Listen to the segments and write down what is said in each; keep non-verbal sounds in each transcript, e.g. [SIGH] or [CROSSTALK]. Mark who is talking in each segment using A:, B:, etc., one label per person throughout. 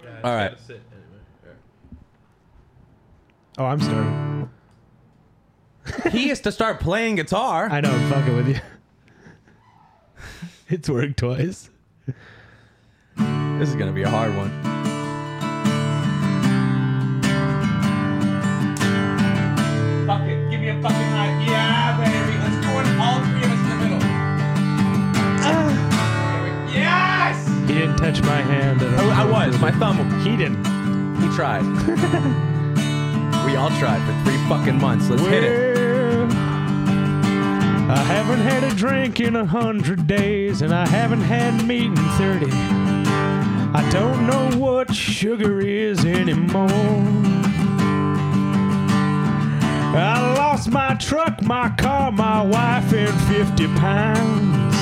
A: it's
B: All right.
A: gotta sit anyway. All right.
C: Oh, I'm starting.
B: he is to start playing guitar.
C: I know. I'm fucking with you. [LAUGHS] it's worked twice.
B: This is gonna be a hard one. Fuck it, give me a fucking high. Yeah, baby, let's do it. All three of us in the middle. Yes.
C: He didn't touch my hand. At all.
B: I, I was. My thumb.
C: He didn't.
B: He tried. we all tried for three fucking months. Let's hit it.
C: Well, I haven't had a drink in a hundred days, and I haven't had meat in thirty. I don't know what sugar is anymore. I lost my truck, my car, my wife, and 50 pounds.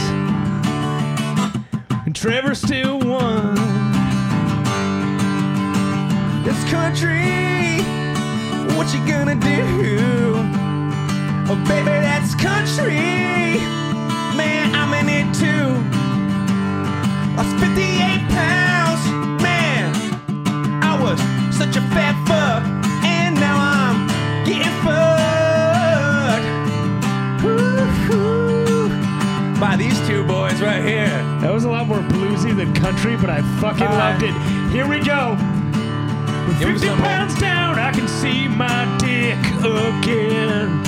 C: And Trevor still won.
B: This country, what you gonna do? Oh, baby, that's country. Man, I'm in it too. Lost 58 pounds. Man, I was such a fat fuck. And now I'm getting fucked. Woo-hoo. By these two boys right here.
C: That was a lot more bluesy than country, but I fucking
B: Uh,
C: loved it. Here we go. With
B: Give me
C: 50
B: some more.
C: pounds down, I can see my dick again.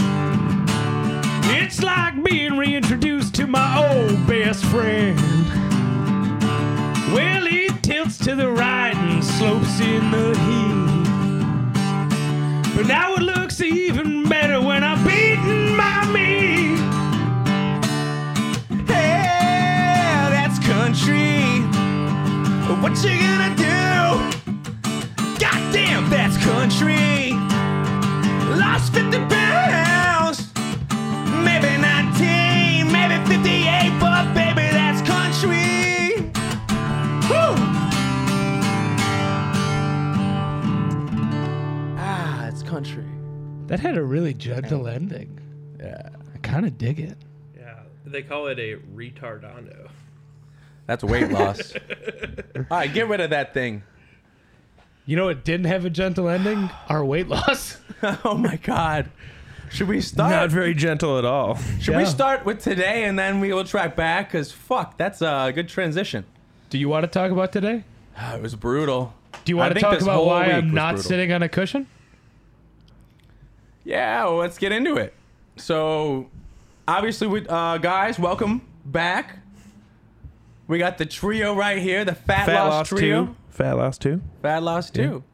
C: It's like being reintroduced to my old best friend. Well, it tilts to the right and slopes in the heat. But now it looks even better when I'm beating my meat.
B: Hell, that's country. What you gonna do? Goddamn, that's country. Lost 50 pounds, maybe 19, maybe 58, but baby, that's country. Woo! Ah, it's country.
C: That had a really gentle ending.
B: Yeah.
C: I kind of dig it.
A: Yeah, they call it a retardano.
B: That's weight loss. All right, get rid of that thing.
C: You know, it didn't have a gentle ending. [GASPS] Our weight loss.
B: [LAUGHS] Oh my god. Should we start?
D: Not very gentle at all.
B: Should we
C: Yeah.
B: start with today and then we will track back? Because fuck, that's a good transition.
C: Do you want to talk about today?
B: Ah, it was brutal.
C: Do you
B: I
C: want to
B: think
C: talk
B: this
C: about
B: whole
C: why
B: week
C: I'm
B: was
C: not
B: brutal.
C: sitting on a cushion?
B: Yeah, well, let's get into it. So, obviously, we, uh, guys, welcome back. We got the trio right here, the Fat,
D: Fat
B: Loss,
D: loss
B: Trio.
D: two. Fat loss two.
B: Fat Loss 2.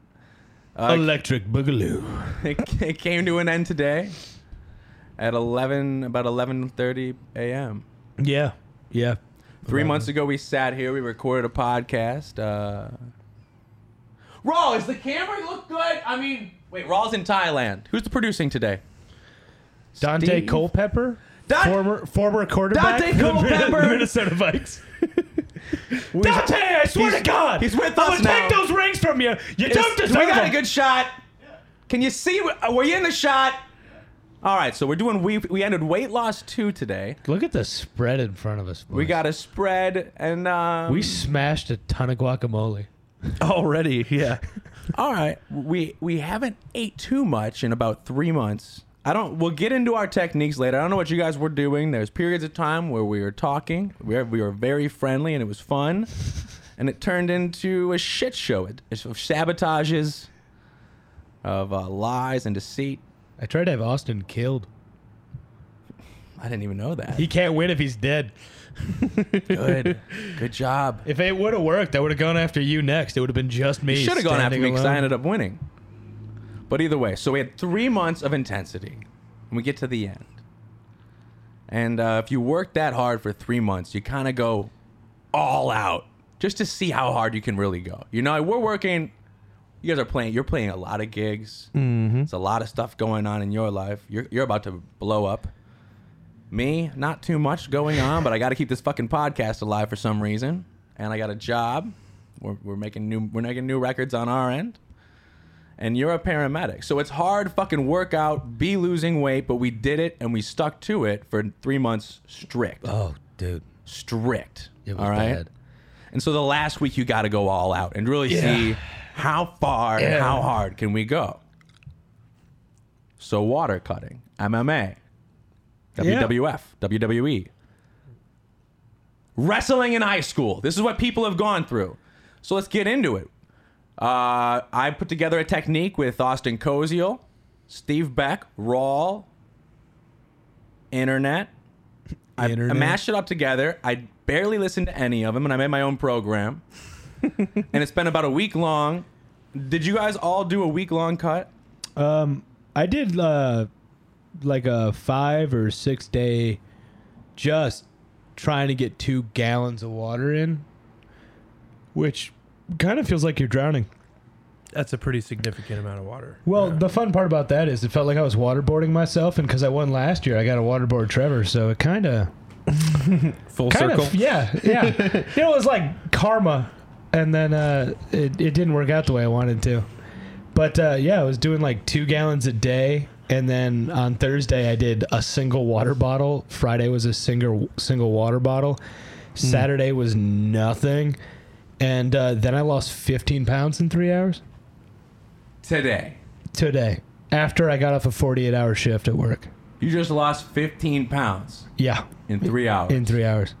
C: Uh, Electric Boogaloo.
B: it, [LAUGHS] it came to an end today at 11, about 11.30 a.m.
C: Yeah, yeah.
B: Three months ago, we sat here. We recorded a podcast. Uh... Raw, is the camera look good? I mean, wait, Raw's in Thailand. Who's the producing today?
C: Dante
B: Steve?
C: Culpepper,
B: Don-
C: former former quarterback
B: Dante
C: for the Min-
B: Culpepper!
C: [LAUGHS]
B: [LAUGHS]
C: Minnesota Vikes. Dante, I swear
B: he's-
C: to God,
B: he's with
C: I'm
B: us
C: gonna take
B: now.
C: those rings from you. You don't
B: Is-
C: deserve
B: we got
C: them.
B: a good shot. Can you see? uh, Were you in the shot? All right, so we're doing. We we ended weight loss two today.
C: Look at the spread in front of us.
B: We got a spread, and um,
C: We smashed a ton of guacamole.
D: Already, yeah.
B: all right. We we haven't ate too much in about three months. I don't. We'll get into our techniques later. I don't know what you guys were doing. There's periods of time where we were talking. We were, we were very friendly and it was [LAUGHS] fun, and it turned into a shit show It- it's of sabotages, of uh, lies and deceit.
C: [LAUGHS] I tried to have Austin killed.
B: I didn't even know that.
C: He can't win if he's dead.
B: Good, good job.
C: If it would have worked, I would have gone after you next. It would have been just me.
B: You should have gone after
C: standing
B: me because I
C: alone.
B: ended up winning. But either way, so we had three months of intensity, and we get to the end. And uh, if you work that hard for three months, you kind of go all out just to see how hard you can really go. You know, we're working. You guys are playing. You're playing a lot of gigs. Mm-hmm. It's a lot of stuff going on in your life. You're you're about to blow up. Me, not too much going on, but I got to keep this fucking podcast alive for some reason. And I got a job. We're, we're making new we're making new records on our end. And you're a paramedic, so it's hard fucking work out, be losing weight, but we did it and we stuck to it for three months strict,
C: Oh, dude,
B: strict.
C: it was
B: all right.
C: bad.
B: And so the last week you got to go all out and really see how far and how hard can we go? So water cutting, MMA,
C: Yeah.
B: WWF, WWE, E. wrestling in high school. This is what people have gone through. So let's get into it. Uh, I put together a technique with Austin Koziel, Steve Beck, Rawl, Internet. I, I
D: Internet.
B: mashed it up together. I barely listened to any of them, and I made my own
C: [LAUGHS]
B: program. and it's been about a week long. Did you guys all do a week long cut?
C: I did uh, like a five or six day just trying to get two gallons of water in, which kind of feels like you're drowning.
D: That's a pretty significant amount of water.
C: Well, the fun part about that is it felt like I was waterboarding myself, and because I won last year, I got to waterboard Trevor, so it kind of.
D: Full
C: Kind
D: circle.
C: of, yeah, yeah. You know, it was like karma, and then uh, it it didn't work out the way I wanted to. But uh, yeah, I was doing like two gallons a day, and then on Thursday I did a single water bottle. Friday was a single single water bottle. Saturday was nothing, and uh, then I lost 15 pounds in three hours
B: Today.
C: today after I got off a 48 hour shift at work.
B: You just lost 15 pounds
C: Yeah,
B: in three hours.
C: in three hours.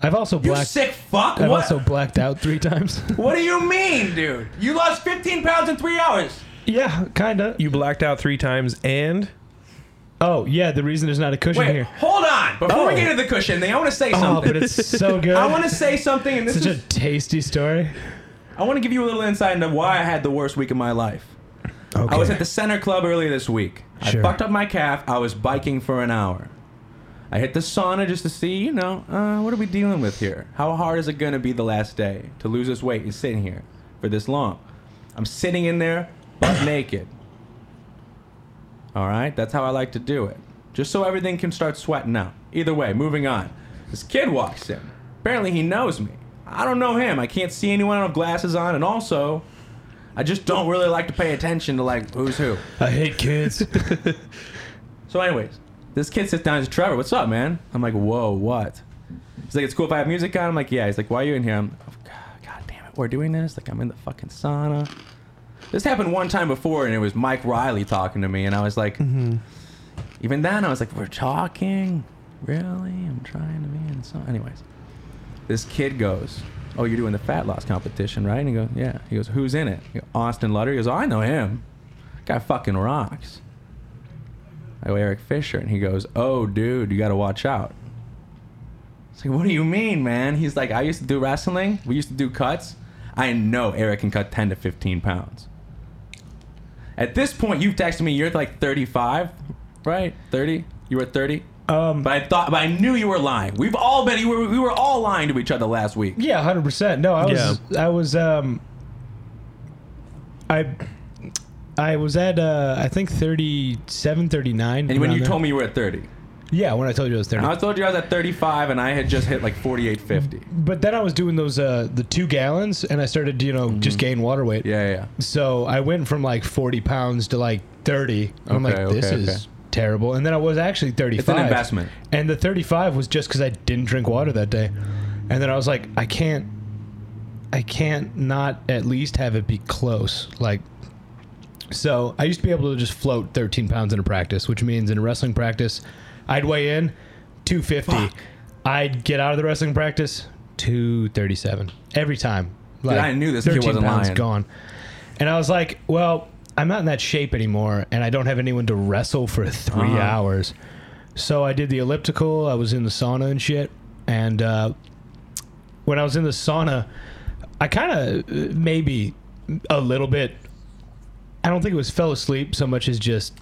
C: I've also
B: you
C: blacked.
B: sick fuck.
C: I've
B: What?
C: also blacked out three times.
B: what do you mean, dude? You lost 15 pounds in three hours.
C: [LAUGHS] yeah, kinda.
D: You blacked out three times
C: [LAUGHS]
D: and
C: Oh yeah, the reason there's not a cushion
B: Wait,
C: here.
B: hold on. Before we
D: Oh.
B: get to the cushion thing, I want to say
C: Oh,
B: something.
C: but it's [LAUGHS] so good.
B: I want to say something, and this
C: such a
B: is,
C: tasty story.
B: I want to give you a little insight into why I had the worst week of my life.
C: Okay.
B: I was at the center club earlier this week.
C: Sure.
B: I fucked up my calf. I was biking for an hour. I hit the sauna just to see, you know, uh, what are we dealing with here? How hard is it going to be the last day to lose this weight and sit in here for this long? I'm sitting in there butt naked. All right, that's how I like to do it. Just so everything can start sweating out. Either way, moving on. This kid walks in. Apparently, he knows me. I don't know him. I can't see anyone. I don't have glasses on. And also, I just don't really like to pay attention to like who's who.
C: I hate kids.
B: So, anyways, this kid sits down and says, Trevor, what's up, man? I'm like, whoa, what? He's like, it's cool if I have music on. I'm like, yeah. He's like, why are you in here? I'm oh, God, God damn it, we're doing this. Like, I'm in the fucking sauna. This happened one time before, and it was Mike Riley talking to me, and I was like, even then, I was like, we're talking? Really? I'm trying to be in the sauna. Anyways, this kid goes, oh, you're doing the fat loss competition, right? And he goes, yeah. He goes, who's in it? He goes, Austin Lutter. He goes, oh, I know him. Guy fucking rocks. I go, Eric Fisher. And he goes, Oh, dude, you got to watch out. It's like, What do you mean, man? He's like, I used to do wrestling. We used to do cuts. I know Eric can cut 10 to 15 pounds. At this point, you've texted me, you're like 35, right? 30? You were 30?
C: [LAUGHS] Um,
B: But I thought, but I knew you were lying. We've all been, we were, we were all lying to each other last week.
C: yeah, hundred percent. No, I was, I was, um, I, I was at, uh, I think 37, 39.
B: And when
C: around
B: you
C: there.
B: told me you were at 30,
C: yeah, when I told you I was thirty.
B: I told you I was at 35 and I had just hit like 48, 50.
C: but then I was doing those, uh, the two gallons, and I started, you know, just gain water weight.
B: Yeah, yeah, yeah.
C: So I went from like 40 pounds to like 30. I'm
B: Okay,
C: like, this
B: okay,
C: is
B: okay.
C: terrible. And then I was actually 35.
B: It's an investment.
C: And the 35 was just because I didn't drink water that day. And then I was like, I can't, I can't not at least have it be close. Like, so I used to be able to just float 13 pounds in a practice, which means in a wrestling practice, I'd weigh in 250. I'd get out of the wrestling practice 237 every time. Like,
B: I knew this kid wasn't
C: pounds
B: lying.
C: gone. And I was like, well, I'm not in that shape anymore, and I don't have anyone to wrestle for 3
B: Uh-huh.
C: hours. So I did the elliptical. I was in the sauna and shit. And uh, when I was in the sauna, I kind of maybe a little bit. I don't think it was fell asleep so much as just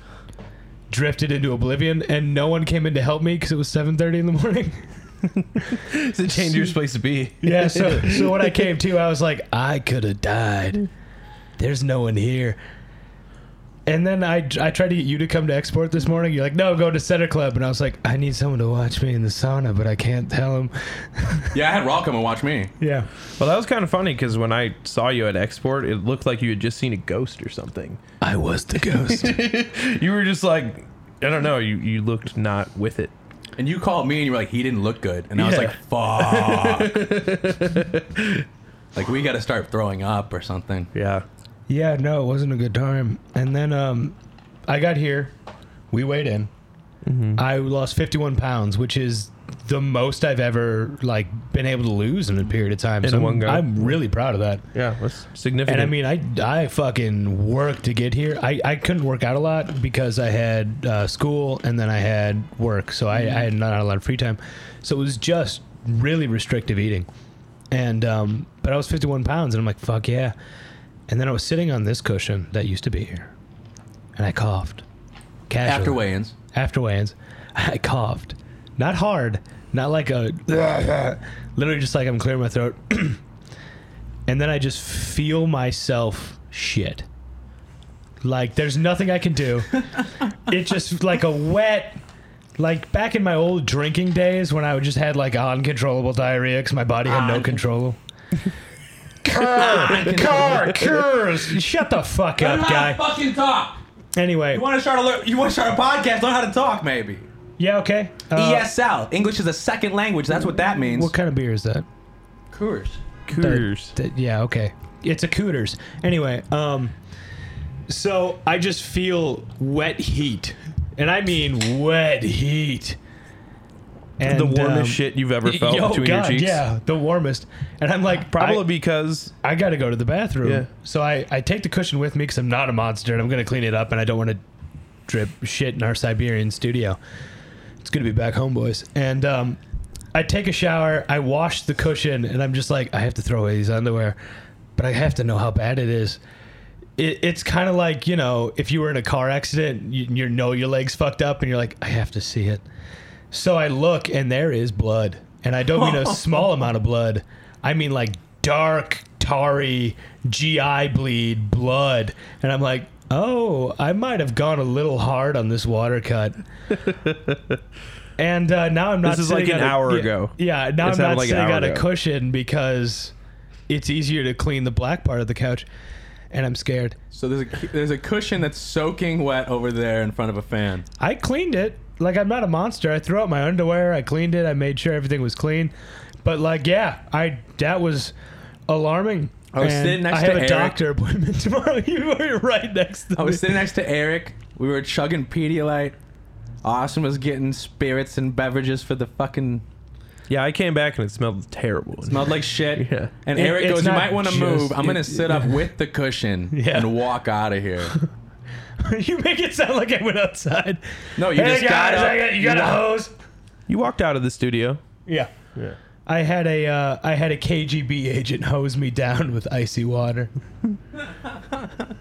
C: drifted into oblivion, and no one came in to help me because it was 7:30 in the morning. [LAUGHS]
D: it's [LAUGHS] a dangerous place to be.
C: Yeah,
D: [LAUGHS]
C: so so when I came to, I was like, I could have died. There's no one here. And then I, I tried to get you to come to export this morning. You're like, no, go to Center Club. And I was like, I need someone to watch me in the sauna, but I can't tell him.
B: Yeah, I had Raw come and watch me.
C: Yeah.
D: Well, that was kind of funny because when I saw you at Export, it looked like you had just seen a ghost or something.
C: I was the ghost.
D: [LAUGHS] You were just like, I don't know. You you looked not with it.
B: And you called me and you were like, he didn't look good. And I was
D: Yeah.
B: like, [LAUGHS] fuck. like, we got to start throwing up or something.
D: Yeah.
C: Yeah, no, it wasn't a good time. And then um, I got here. We weighed in.
D: Mm-hmm.
C: I lost 51 pounds, which is the most I've ever like been able to lose in a period of time.
D: In
C: so I'm-
D: one go.
C: I'm really proud of that.
D: Yeah, that's
C: And
D: significant.
C: I mean, I, I fucking worked to get here. I, I couldn't work out a lot because I had uh, school and then I had work. So I, I had not had a lot of free time. So it was just really restrictive eating. And, um, but I was 51 pounds and I'm like, fuck yeah. And then I was sitting on this cushion that used to be here and I coughed. Casually.
B: After weigh-ins.
C: After weigh-ins, I coughed. Not hard, not like a [LAUGHS] literally just like I'm clearing my throat. [CLEARS THROAT] and then I just feel myself shit. Like there's nothing I can do. it just like a wet like back in my old drinking days when I would just had like uncontrollable diarrhea because my body had no control. Cur, cur, cur. Shut the fuck up, guy.
B: fucking talk.
C: Anyway,
B: to start a you want to start a podcast? Learn how to talk, maybe.
C: yeah, okay. Uh,
B: ESL, E English is a second language. That's what that means.
C: What kind of beer is that?
B: Coors.
D: Coors.
C: That- yeah, okay. It's a cooters. Anyway, um, so I just feel wet heat, and I mean wet heat. And,
D: the warmest
C: um,
D: shit you've
C: [LAUGHS]
D: ever felt
C: yo,
D: between
C: God,
D: your cheeks.
C: Yeah, the warmest. And I'm like,
D: Probably
C: I-
D: because
C: I got to go to the bathroom.
D: Yeah.
C: So I, I take the cushion with me because I'm not a monster and I'm going to clean it up and I don't want to drip shit in our Siberian studio. It's going to be back home, boys. And um, I take a shower, I wash the cushion, and I'm just like, I have to throw away these underwear, but I have to know how bad it is. It, it's kind of like, you know, if you were in a car accident, you, you know your leg's fucked up and you're like, I have to see it. So I look, and there is blood. And I don't mean
D: [LAUGHS]
C: a small amount of blood. I mean like dark, tarry, GI bleed blood. And I'm like, oh, I might have gone a little hard on this water
D: [LAUGHS]
C: cut. and uh, now I'm not.
D: This is like
C: sitting
D: an
C: on a-
D: hour
C: yeah,
D: ago.
C: Yeah, now
D: It
C: I'm
D: sounded
C: not
D: like an
C: sitting
D: hour
C: on a
D: ago.
C: cushion because it's easier to clean the black part of the couch. And I'm scared.
B: So there's a there's a cushion that's soaking wet over there in front of a fan.
C: I cleaned it. Like I'm not a monster. I threw out my underwear. I cleaned it. I made sure everything was clean. But like, yeah, I that was alarming.
B: I was
C: And
B: sitting next
C: I have
B: to
C: a
B: Eric.
C: doctor appointment [LAUGHS] tomorrow. you were right next to
B: I was
C: me.
B: sitting next to Eric. We were chugging Pedialyte. Austin was getting spirits and beverages for the fucking
D: yeah, I came back and it smelled terrible.
B: smelled like
C: [LAUGHS]
B: shit.
D: Yeah.
B: And
C: It-
B: Eric
C: it's
B: goes, "You
C: not
B: might want to
C: just-
B: move. I'm gonna
C: it-
B: sit up with the
C: [LAUGHS]
B: cushion
C: Yeah.
B: and walk out of
C: [LAUGHS]
B: here."
C: you make it sound like I went outside.
B: No, you
C: hey
B: just
C: guys,
B: got up.
C: I got, you got a
B: wa-
C: hose.
D: you walked out of the studio.
C: Yeah.
D: Yeah.
C: I had a uh, I had a KGB agent hose me down with icy water. [LAUGHS] no,
B: Um,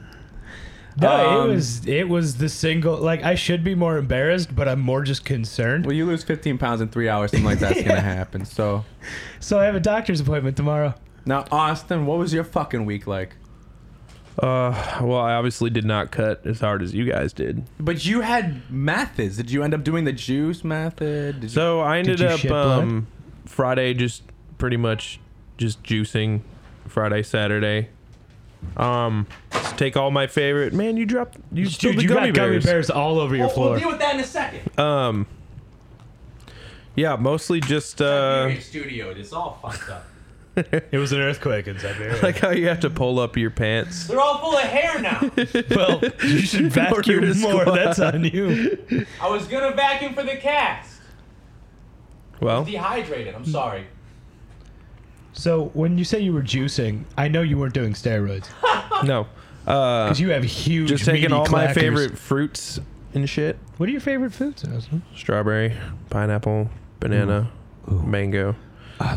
C: it was it was the single. Like I should be more embarrassed, but I'm more just concerned.
B: Well, you lose 15 pounds in three hours. Something like that's
C: [LAUGHS]
B: gonna happen. So
C: So I have a doctor's appointment tomorrow.
B: now, Austin, what was your fucking week like?
D: Uh, well, I obviously did not cut as hard as you guys did.
B: But you had methods. Did you end up doing the juice method? Did
D: So I ended
C: you
D: up
C: shit blood?
D: um, Friday just pretty much just juicing Friday Saturday. Um, just take all my favorite. Man, you dropped you spilled
C: Dude,
D: the
C: you
D: gummy
C: got gummy
D: bears. Oh,
C: bears all over your floor.
B: with that in a second.
D: Um, yeah, mostly just uh,
B: [LAUGHS] studio. It's all fucked up.
C: It was an earthquake in Siberia.
D: [LAUGHS] like how you have to pull up your pants.
B: They're all full of hair now.
C: [LAUGHS] well, you should
D: Order
C: vacuum
D: a
C: more.
D: squad.
C: That's on [LAUGHS] you.
B: I was gonna vacuum for the cast.
C: Oh.
D: Well,
B: Dehydrated. I'm sorry.
C: So when you say you were juicing, I know you weren't doing steroids
D: no, Uh,
C: because you have huge.
D: just taking
C: meaty
D: all my
C: clackers.
D: favorite fruits and shit.
C: What are your favorite foods? Austin?
D: strawberry, pineapple, banana, mango.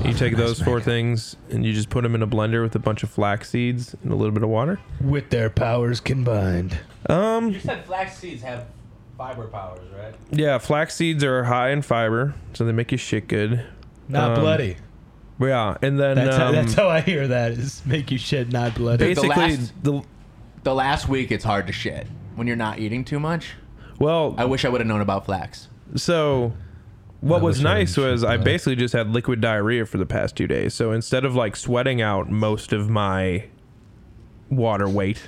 D: You take those four things and you just put them in a blender with a bunch of flax seeds and a little bit of water.
C: With their powers combined.
D: Um,
E: You said flax seeds have fiber powers, right?
D: yeah, flax seeds are high in fiber, so they make you shit good.
C: Not
D: Um,
C: bloody.
D: Yeah, and then
C: That's, how,
D: um,
C: that's how I hear that is make you shit not
E: the
C: bloody.
D: basically
E: last-
D: the
E: The last week, it's hard to shit when you're not eating too much.
D: well,
E: I wish I would have known about flax.
D: So what was
C: wish I
D: nice
C: didn't
D: was
C: shoot
D: I
C: blood.
D: basically just had liquid diarrhea for the past two days. So instead of like sweating out most of my water weight,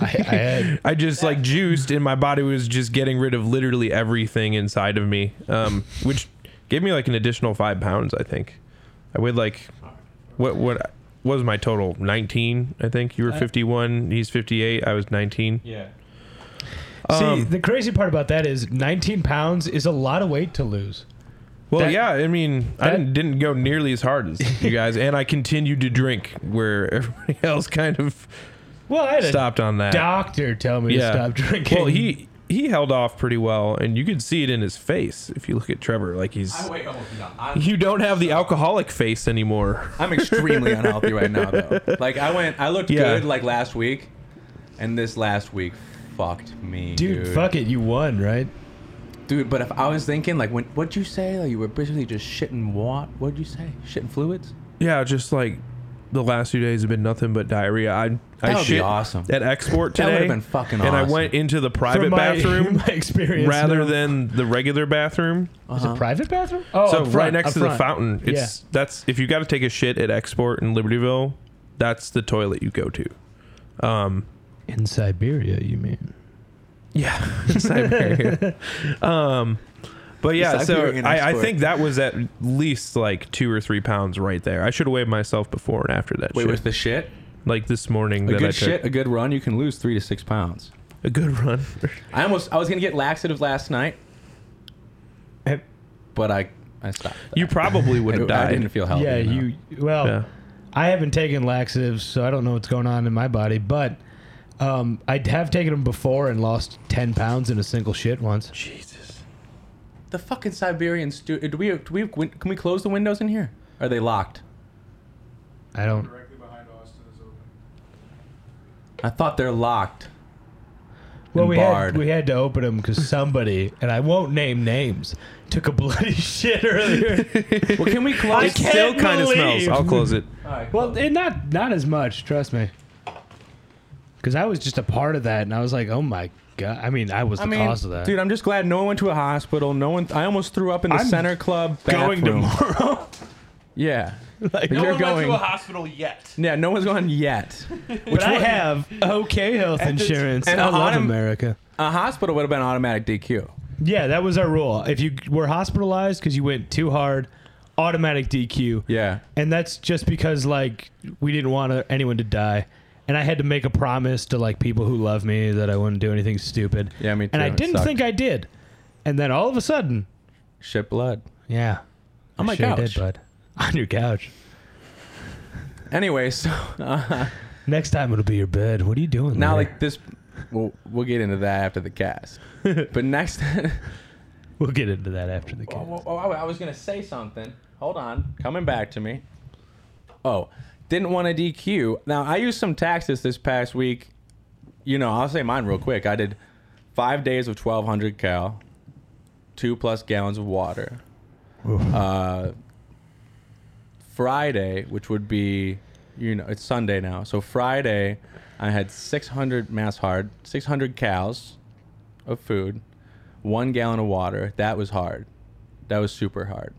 C: I, I
D: [LAUGHS]
C: had,
D: I just like juiced and my body was just getting rid of literally everything inside of me, um, which gave me like an additional five pounds, I think. I weighed like what what what was my total? 19, I think.
C: Uh,
D: You were 51. He's 58. I was 19.
C: Yeah. See,
D: Um,
C: the crazy part about that is 19 pounds is a lot of weight to lose.
D: Well,
C: That-
D: yeah, I mean, I
C: that-
D: didn't, didn't go nearly as hard
C: [LAUGHS]
D: as you guys, and I continued to drink where everybody [LAUGHS] else kind of
C: Well, I had a
D: stopped on that.
C: doctor tell me
D: Yeah.
C: to stop drinking.
D: Well, he he held off pretty well, and you could see it in his face if you look at Trevor. Like he's
E: wait, almost I'm, [LAUGHS]
D: [LAUGHS] you don't have the alcoholic face anymore.
B: I'm extremely unhealthy right now, though. [LAUGHS] Like I went, I looked
D: Yeah.
B: good like last week, and this last week fucked me,
C: dude,
B: dude.
C: fuck it, you won, right?
B: dude. But if I was thinking, like, when what'd you say? Like, you were basically just shitting what? What'd you say? Shitting fluids?
D: Yeah, just like the last few days have been nothing but diarrhea. I I
B: That would be
D: shit
B: awesome.
D: at export
B: That
D: today.
B: would've been fucking
D: And I
B: awesome.
D: went into the
C: From
D: private
C: my, [LAUGHS]
D: bathroom
C: my experience,
D: rather
C: no.
D: than the regular bathroom.
C: Is it private bathroom? Oh,
D: so
C: up front,
D: right next
C: up
D: to the
C: front.
D: fountain, it's that's if you got to take a shit at Export in Libertyville, that's the toilet you go to. Um,
C: in Siberia, you mean?
D: yeah, [LAUGHS] Siberia. um, but yeah, so
E: Siberian
D: I, I
E: Export.
D: think that was at least like two or three pounds right there. I should have weighed myself before and after that.
B: Wait,
D: shit.
B: with the shit?
D: like this morning
B: A
D: that I
B: good
D: took
B: shit, a good run, you can lose three to six pounds.
D: a good run.
B: I almost, I was gonna get laxative last night,
C: Have-
B: but I, I stopped. that.
D: you probably would have
B: I,
D: died.
B: I didn't feel healthy.
C: yeah,
B: enough.
C: you. Well,
D: Yeah.
C: I haven't taken laxatives, so I don't know what's going on in my body, but um, I have taken them before and lost 10 pounds in a single shit once.
B: The fucking Siberian stu- Do we? Do we? Can we close the windows in here? Are they locked?
C: I don't.
F: Directly behind Austin is open.
B: I thought they're locked.
C: Well, we
B: barred.
C: had, we had to open them [LAUGHS] because somebody, and I won't name names, took a bloody [LAUGHS] shit earlier.
B: Well, can we close?
C: I
D: Still
C: Can't
D: kind of smells.
C: believe.
D: I'll close it.
C: [LAUGHS] well, and not not as much, trust me. Because I was just a part of that, and I was like, oh my god. I mean, I was the cause of that.
B: dude, I'm just glad no one went to a hospital. No one. I almost threw up in the
C: I'm
B: center club
C: going
B: bathroom.
C: tomorrow. [LAUGHS]
B: Yeah,
C: like,
B: you're
C: no,
B: going.
E: hospital yet.
B: yeah, no one's gone yet.
C: but I have okay health insurance.
B: and
C: I
B: on
C: love
B: him-
C: America.
B: A hospital would have been automatic DQ.
C: Yeah, that was our rule. If you were hospitalized because you went too hard, automatic DQ.
B: Yeah.
C: And that's just because like we didn't want uh, anyone to die. And I had to make a promise to like people who love me that I wouldn't do anything stupid.
B: Yeah, me
C: And I
B: too. It
C: didn't
B: sucked.
C: think I did. And then all of a sudden,
B: Shit blood.
C: yeah.
B: On
C: I
B: my
C: sure
B: couch.
C: Did, bud. [LAUGHS] On your couch.
B: Anyway,
C: [LAUGHS]
B: so uh,
C: Next time it'll be your bed. What are you doing?
B: now
C: later?
B: like this, we'll we'll get into that after the cast. But next,
C: [LAUGHS] we'll get into that after
B: [LAUGHS]
C: the game.
B: Oh, oh, oh, I was gonna say something. Hold on, coming back to me. Oh, didn't want to DQ. Now I used some taxes this past week. You know, I'll say mine real quick. I did five days of twelve hundred cal, two plus gallons of water. Uh, Friday, which would be, you know, it's Sunday now. So Friday, I had six hundred mass hard, six hundred cows of food, one gallon of water. That was hard. That was super hard.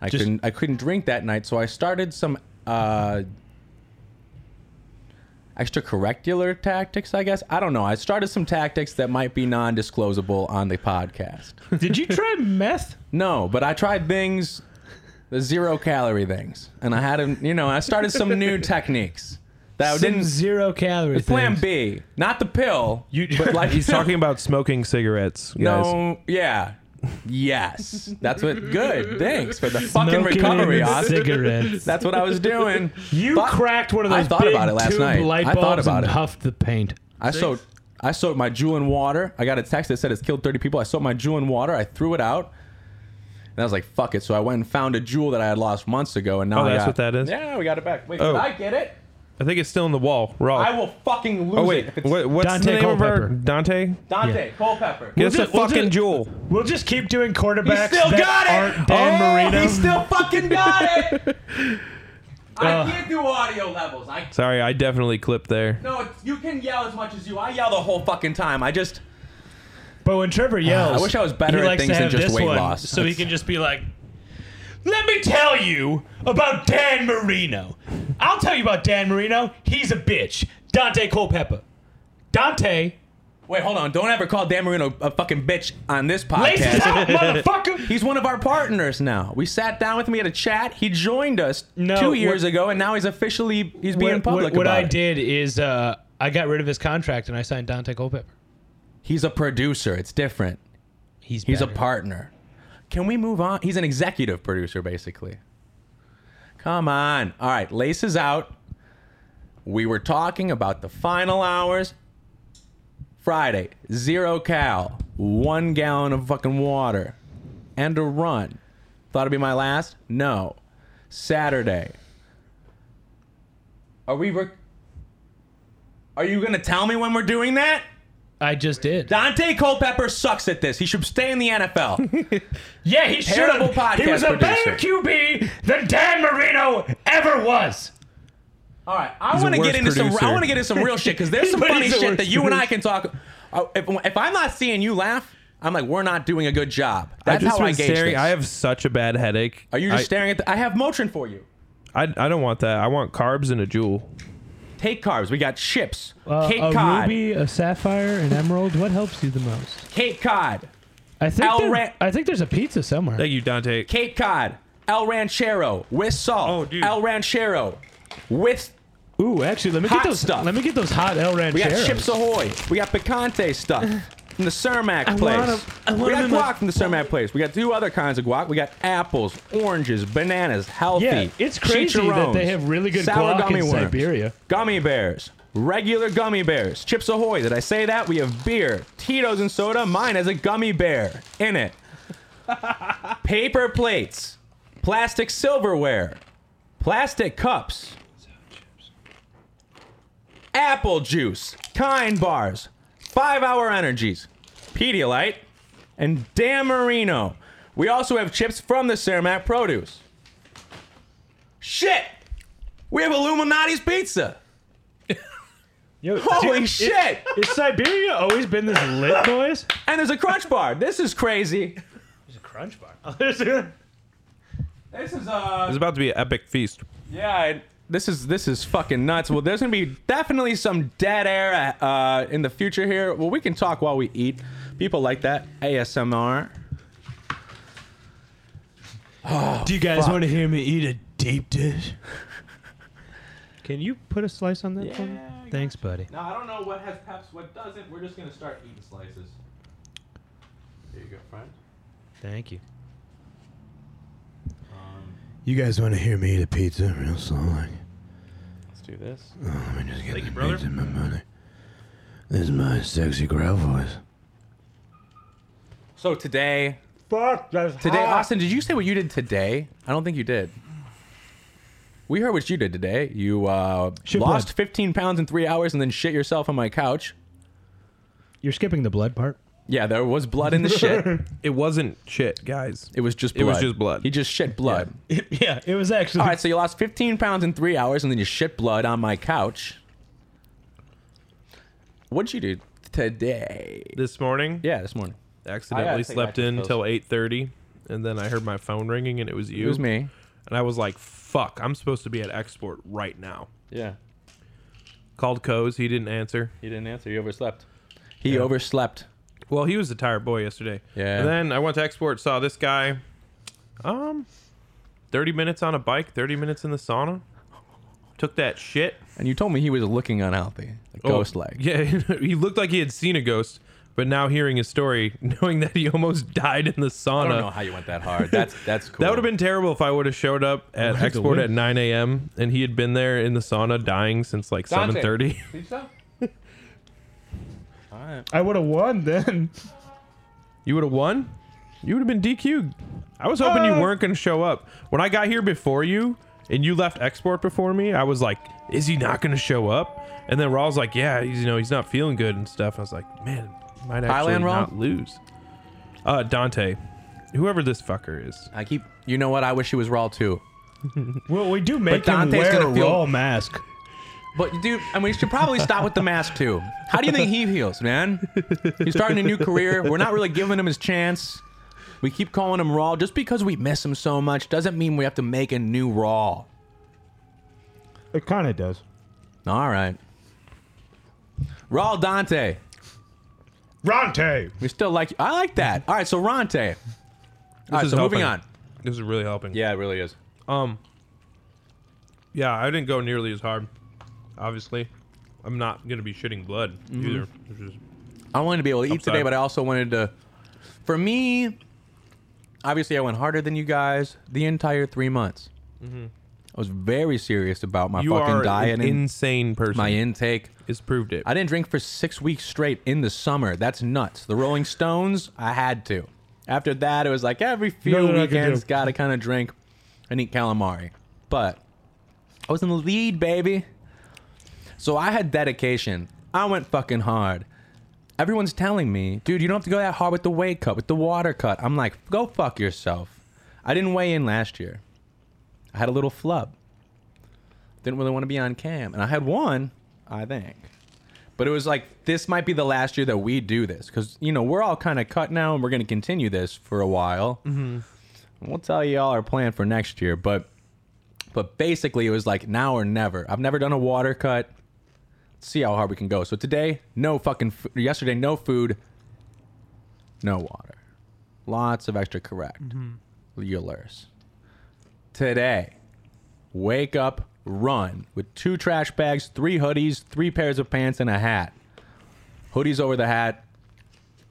B: I
C: Just-
B: couldn't I couldn't drink that night, so I started some uh extracurricular tactics, I guess. I don't know. I started some tactics that might be non-disclosable on the podcast. [LAUGHS]
C: Did you try meth?
B: no, but I tried things the zero calorie things. And I had a, you know, I started some
C: [LAUGHS]
B: new techniques. That
C: [LAUGHS] Some
B: didn't
C: zero calories.
B: plan B, not the pill.
C: You- [LAUGHS]
B: but like
D: He's talking about smoking cigarettes. Guys.
B: [LAUGHS] No, yeah. Yes. That's what good. Thanks for the fucking
C: Smoking
B: recovery, Austin. [LAUGHS]
C: cigarettes. [LAUGHS]
B: That's what I was doing.
C: You
B: Fuck.
C: cracked one of
B: I
C: those
B: thought
C: big
B: about it last
C: tube
B: night.
C: light
B: I
C: bulbs
B: thought about
C: and
B: it.
C: huffed the paint.
B: I soaked I soaked my Jew in water. I got a text that said it's killed 30 people. I soaked my Jew in water. I threw it out. And I was like, fuck it. So I went and found a jewel that I had lost months ago and now
D: Oh,
B: I
D: that's
B: got-
D: what that is?
B: Yeah, we got it back. Wait,
D: Oh.
B: did I get it?
D: I think it's still in the wall. Raw.
B: I will fucking lose
D: oh
B: it.
D: wait,
B: if it's-
D: what, what's
C: Dante
D: the name of our
C: Culpepper.
D: Dante?
B: Dante, Culpepper.
D: Get us
C: ju-
D: a
C: we'll
D: fucking
C: ju-
D: jewel.
C: We'll just keep doing quarterbacks.
B: He still
C: that
B: got it.
C: Aren't Dan
B: oh,
C: Marino.
B: he still fucking got
D: [LAUGHS]
B: it.
C: Uh.
B: I can't do audio levels. I
D: Sorry, I definitely clipped there.
B: no, it's- you can yell as much as you. I yell the whole fucking time. I just
C: but when Trevor yells,
B: Ah, I wish I was better
C: he
B: at
C: likes to
B: things than
C: have
B: just
C: this
B: weight
C: one,
B: loss.
C: so he can just be like, "Let me tell you about Dan Marino. I'll tell you about Dan Marino. He's a bitch. Dante Culpepper. Dante
B: Wait, hold on. Don't ever call Dan Marino a fucking bitch on this
C: Laces
B: podcast. [LAUGHS]
C: out, motherfucker.
B: He's one of our partners now. We sat down with him. We had a chat. He joined us
C: No,
B: two years
C: what-
B: ago, and now he's officially he's being
C: what,
B: public
C: what- what
B: about
C: I
B: it.
C: did is uh, I got rid of his contract and I signed Dante Culpepper.
B: He's a producer. It's different.
C: He's
B: He's a
C: better.
B: partner. Can we move on? He's an executive producer, basically. Come on. All right, Laces out. We were talking about the final hours. Friday, zero cal, one gallon of fucking water, and a run. Thought it'd be my last? No. Saturday. Are we. Rec- Are you going to tell me when we're doing that?
C: I just did.
B: Dante Culpepper sucks at this. He should stay in the NFL.
C: Yeah, he should
B: Terrible
C: have. He
B: podcast
C: was a better
B: producer.
C: QB than Dan Marino ever was.
B: All right, I
D: He's a
B: want to get
D: worse
B: into some. I
D: producer.
B: want to get into some real shit because
D: [LAUGHS]
B: there's some
C: But
B: funny
C: he's a
B: shit
C: worse
B: that you and I can talk. Uh, If, if I'm not seeing you laugh, I'm like we're not doing a good job. That's
D: I just
B: how I
D: was
B: gauge
D: staring.
B: this.
D: I have such a bad headache.
B: Are you just
D: I,
B: staring at? The, I have Motrin for you.
D: I, I don't want that. I want carbs and a jewel.
B: Take carbs. We got chips.
C: Uh,
B: Cape
C: a
B: cod.
C: ruby, a sapphire, an emerald. What helps you the most?
B: Cape cod.
C: I think.
B: El
C: there-
B: Ran-
C: I think there's a pizza somewhere.
D: Thank you, Dante.
B: Cape cod. El Ranchero with salt.
D: Oh, dude.
B: El Ranchero with.
C: Ooh, actually, let me
B: Hot
C: get those.
B: stuff.
C: Let me get those hot El
B: We got
C: Rancheros.
B: chips ahoy. We got picante
D: [LAUGHS]
B: stuff. From the Cermak place.
C: want 'em- I
B: we
C: want
B: got
C: 'em in my-
B: guac from the Cermak place. We got two other kinds of guac. We got apples, oranges, bananas, healthy.
C: Yeah, it's crazy that
B: chicharrones,
C: they have really good
B: sour
C: guac
B: gummy
C: in
B: worms,
C: Siberia.
B: Gummy bears. Regular gummy bears. Chips Ahoy. Did I say that? We have beer, Tito's and soda. Mine has a gummy bear in
C: [LAUGHS]
B: it. Paper plates. Plastic silverware. Plastic cups. Apple juice. Kind bars. Five hour energies. Pedialyte. And Dan Marino. We also have chips from the Cermak produce. Shit! We have Illuminati's pizza. [LAUGHS]
C: Yo,
B: Holy
C: dude,
B: shit!
C: Is Siberia always been this
B: [LAUGHS]
C: lit noise?
B: and there's a crunch bar. This is crazy.
C: There's a crunch
B: [LAUGHS]
C: bar. There's a-
B: This is uh
D: It's about to be an epic feast.
B: yeah. I- This is this is fucking nuts. Well, there's gonna be definitely some dead air uh, in the future here. Well, we can talk while we eat. People like that ASMR.
C: Do you guys want to hear me eat a
B: [LAUGHS]
C: deep dish? Can you put a slice on that for me?
B: Yeah, I
C: Thanks, buddy.
B: Now I don't know what has peps, what doesn't. We're just gonna start eating slices. There you go, friend.
C: Thank you.
F: You guys want to hear me eat a pizza real slow? Like,
B: Let's do this.
F: oh, let me just get
D: Thank you,
F: the
D: brother.
F: pizza in my money. This is my sexy growl voice.
B: So today,
C: Fuck, that's
B: today, Austin, did you say what you did today? I don't think you did. We heard what you did today. You uh,
C: Shit
B: lost
C: blood.
B: 15 pounds in three hours and then shit yourself on my couch.
C: You're skipping the blood part.
B: Yeah, there was blood in the shit.
D: It wasn't shit, guys.
B: It was just blood.
D: It was just blood.
B: He just shit blood.
C: yeah, it was actually.
B: All right, so you lost 15 pounds in three hours and then you shit blood on my couch. What'd you do today?
D: This morning,
B: Yeah, this morning.
D: accidentally
B: take
D: slept
B: my
D: in
B: pills.
D: till 8:30, and then I heard my phone ringing, and it was you.
B: It was me.
D: And I was like, "Fuck! I'm supposed to be at export right now."
B: Yeah,
D: Called Coes. He didn't answer.
B: he didn't answer. He overslept. He overslept.
D: Well, he was a tired boy yesterday.
B: Yeah.
D: And then I went to export, saw this guy. Um, 30 minutes on a bike, 30 minutes in the sauna. Took that shit.
B: And you told me he was looking unhealthy, like
D: Oh,
B: ghost like.
D: Yeah, [LAUGHS] he looked like he had seen a ghost, but now hearing his story, [LAUGHS] knowing that he almost died in the sauna.
B: I don't know how you went that hard. [LAUGHS] That's that's cool.
D: That would have been terrible if I would have showed up at
C: the
D: export at
C: wind.
D: 9 a.m. and he had been there in the sauna dying since like 7:30.
C: I would have won then.
D: [LAUGHS] You would have won. You would have been DQ'd. I was hoping
C: Uh.
D: you weren't going to show up. When I got here before you and you left export before me, I was like, is he not going to show up? And then Rawls like, yeah, he's, you know, he's not feeling good and stuff. I was like, man, might actually
B: Thailand, Raul?
D: not lose. Uh, Dante, whoever this fucker is.
B: I keep. You know what? I wish he was raw too.
C: [LAUGHS] Well, we do make him
B: Dante's
C: wear a
B: gonna feel-
C: raw mask.
B: But dude, I mean, we should probably stop with the mask too. How do you think he feels, man? He's starting a new career. We're not really giving him his chance. We keep calling him Raw just because we miss him so much doesn't mean we have to make a new Raw.
C: It kind of does.
B: All right. Raw Dante.
F: Ronte.
B: We still like you. I like that. All right, so Ronte. All right,
D: is
B: so moving on.
D: helping. This is really helping.
B: Yeah, it really is.
D: Um. Yeah, I didn't go nearly as hard. Obviously, I'm not gonna be shitting blood
B: Mm-hmm.
D: either. Which is,
B: I wanted to be able to eat
D: Upside.
B: today, but I also wanted to. For me, obviously, I went harder than you guys the entire three months. I was very serious about my
D: Mm-hmm. you
B: fucking
D: are
B: diet
D: an
B: and
D: insane person.
B: my intake.
D: it's proved it.
B: I didn't drink for six weeks straight in the summer. That's nuts. The Rolling Stones, I had to. After that, it was like every few
F: Nothing I can
B: weekends,
F: do.
B: got to kind of drink and eat calamari. But I was in the lead, baby. So I had dedication. I went fucking hard. Everyone's telling me, dude, you don't have to go that hard with the weight cut, with the water cut. I'm like, go fuck yourself. I didn't weigh in last year. I had a little flub. Didn't really want to be on cam. And I had one, I think. But it was like, this might be the last year that we do this. Because, you know, we're all kind of cut now and we're going to continue this for a while. Mm-hmm. We'll tell you all our plan for next year. But. But basically, it was like now or never. I've never done a water cut. Let's see how hard we can go. So today, no fucking. F- yesterday, no food, no water. Lots of extra correct. Eulers. Today, wake up, run with two trash bags, three hoodies, three pairs of pants, and a hat. Hoodies over the hat.